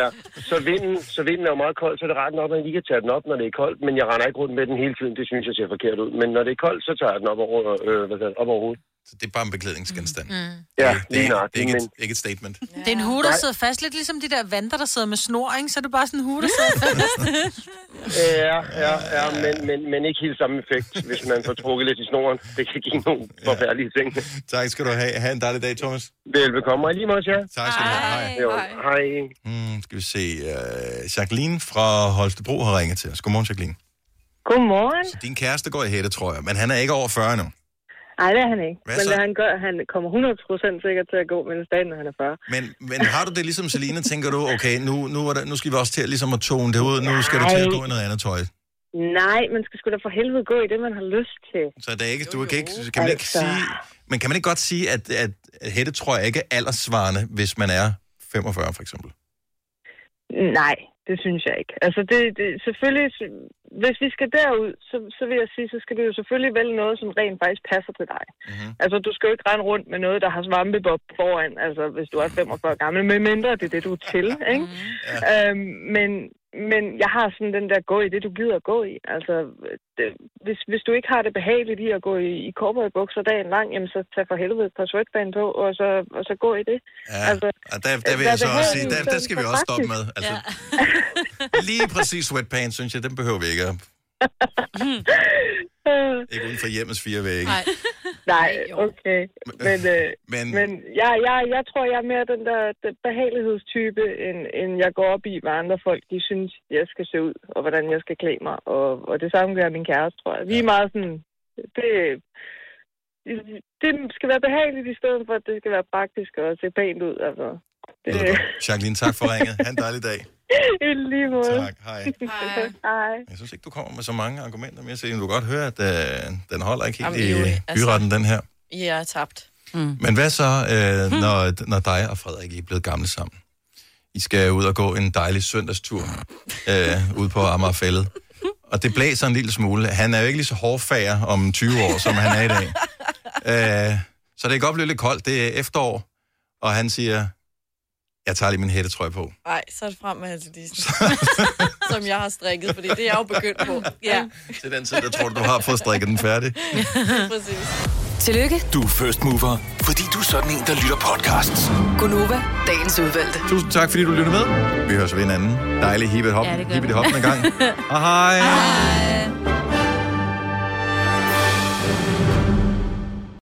[SPEAKER 18] Ja, så vinden, så vinden er jo meget kold, så er det ret nok, at jeg lige kan tage den op, når det er koldt. Men jeg render ikke rundt med den hele tiden, det synes jeg ser forkert ud. Men når det er koldt, så tager jeg den op over, øh, hvad hedder det, op over hovedet.
[SPEAKER 1] Så det er bare en beklædningsgenstand. Mm.
[SPEAKER 18] Ja,
[SPEAKER 1] det,
[SPEAKER 18] lige
[SPEAKER 1] er,
[SPEAKER 18] nok,
[SPEAKER 1] det er ikke, et,
[SPEAKER 18] men-
[SPEAKER 1] ikke et statement.
[SPEAKER 3] Det er en hue, der sidder fast, lidt ligesom de der vanter, der sidder med snor, ikke? så er det bare sådan en hue, der
[SPEAKER 4] [LAUGHS]
[SPEAKER 3] sidder fast.
[SPEAKER 18] [LAUGHS] Ja, ja, ja, men, men, men ikke helt samme effekt, hvis man får trukket lidt i snoren. Det kan give nogle forfærdelige ting.
[SPEAKER 1] Tak skal du have. Ha' en dejlig dag, Thomas.
[SPEAKER 18] Velbekomme, og i lige måde, ja.
[SPEAKER 1] Tak skal du have. Hej.
[SPEAKER 18] Jo, hej.
[SPEAKER 1] Mm, skal vi se. Øh, Jacqueline fra Holstebro har ringet til os. Godmorgen, Jacqueline.
[SPEAKER 19] Godmorgen.
[SPEAKER 1] Så din kæreste går i hættetrøjer, men han er ikke over 40 nu.
[SPEAKER 19] Nej, det er han ikke.
[SPEAKER 1] Hvad
[SPEAKER 19] Men
[SPEAKER 1] så?
[SPEAKER 19] det han gør, han kommer 100% sikkert til at gå med en stand, når han er 40.
[SPEAKER 1] Men, men har du det ligesom Selina, tænker du, okay, nu, nu, er der, nu skal vi også til at, ligesom at tone det ud, nu skal du til at gå i noget andet tøj.
[SPEAKER 19] Nej, man skal sgu da for helvede gå i det, man har lyst til. Altså,
[SPEAKER 1] Så det er ikke, du kan ikke, kan man ikke sige, men kan man ikke godt sige, at, at, at hættetrøje ikke er alderssvarende, hvis man er 45 for eksempel?
[SPEAKER 19] Nej, det synes jeg ikke. Altså, det, det, selvfølgelig, s- hvis vi skal derud, så, så vil jeg sige, så skal det jo selvfølgelig vælge noget, som rent faktisk passer til dig. Mm-hmm. Altså, du skal jo ikke rende rundt med noget, der har svampebob foran, altså, hvis du er 45 gammel, medmindre det er det, du er til, ikke? Mm-hmm. Øhm, men, men jeg har sådan den der gå i det, du gider at gå i. Altså, det, hvis, hvis du ikke har det behageligt i at gå i, i cowboybukser dagen lang, jamen, så tag for helvede et par sweatband på, og så, og så gå i det.
[SPEAKER 1] Ja, altså, og der, der vil
[SPEAKER 19] vær
[SPEAKER 1] jeg så også
[SPEAKER 19] behagelig
[SPEAKER 1] sige, der,
[SPEAKER 19] i
[SPEAKER 1] der
[SPEAKER 19] stedet
[SPEAKER 1] skal
[SPEAKER 19] for
[SPEAKER 1] vi også stoppe med.
[SPEAKER 19] praktisk.
[SPEAKER 1] Altså, lige præcis sweatpants, synes jeg, den behøver vi ikke at-
[SPEAKER 17] [LAUGHS]
[SPEAKER 19] Øh.
[SPEAKER 1] Ikke uden for hjemmets fire vægge.
[SPEAKER 19] Nej. Nej, okay. Men, øh, men,
[SPEAKER 1] [LAUGHS] Men-
[SPEAKER 19] men jeg, jeg, jeg tror, jeg er mere den der den behagelighedstype, end, end jeg går op i, hvad andre folk de synes, jeg skal se ud, og hvordan jeg skal klæde mig. Og, og det samme gør min kæreste, tror jeg. Vi er meget sådan... Det, det skal være behageligt i stedet for, at det skal være praktisk og se pænt ud. Altså. [LAUGHS] Det,
[SPEAKER 1] Jacqueline, tak for ringet. Ha' en dejlig dag.
[SPEAKER 19] I lige måde.
[SPEAKER 1] Tak, hej.
[SPEAKER 19] [LAUGHS] Hej. Hej.
[SPEAKER 1] Jeg synes ikke, du kommer med så mange argumenter mere, Selina. Du kan godt høre, at øh, den holder ikke helt
[SPEAKER 5] Jamen, jo,
[SPEAKER 1] i øh,
[SPEAKER 5] altså.
[SPEAKER 1] byretten, den her.
[SPEAKER 5] Jeg er tabt.
[SPEAKER 1] Men hvad så,
[SPEAKER 5] Hmm.
[SPEAKER 1] øh, når, når dig og Frederik I er blevet gamle sammen? I skal ud og gå en dejlig søndagstur øh, ud på Amagerfællet. Og det blæser en lille smule. Han er jo ikke lige så hårdfager om 20 år, som han er i dag. Øh, så det kan godt blive lidt koldt. Det er efterår. Og han siger, jeg tager lige min hættetrøje på.
[SPEAKER 5] Nej, så er det frem med Halsedisen. [LAUGHS] som jeg har strikket, fordi det er jeg jo begyndt på. Ja,
[SPEAKER 1] [LAUGHS] Til den tid, der tror du, du har fået strikket den færdig.
[SPEAKER 5] præcis.
[SPEAKER 6] Tillykke,
[SPEAKER 2] Du er first mover, fordi du er sådan en, der lytter podcasts.
[SPEAKER 6] Gunova, dagens udvalgte.
[SPEAKER 1] Tusind tak, fordi du lyttede med. Vi hører så ved en anden dejlig hibbet hop. [LAUGHS]
[SPEAKER 6] Ja, det gør vi.
[SPEAKER 1] hibbet hop en gang. Og hej. hej.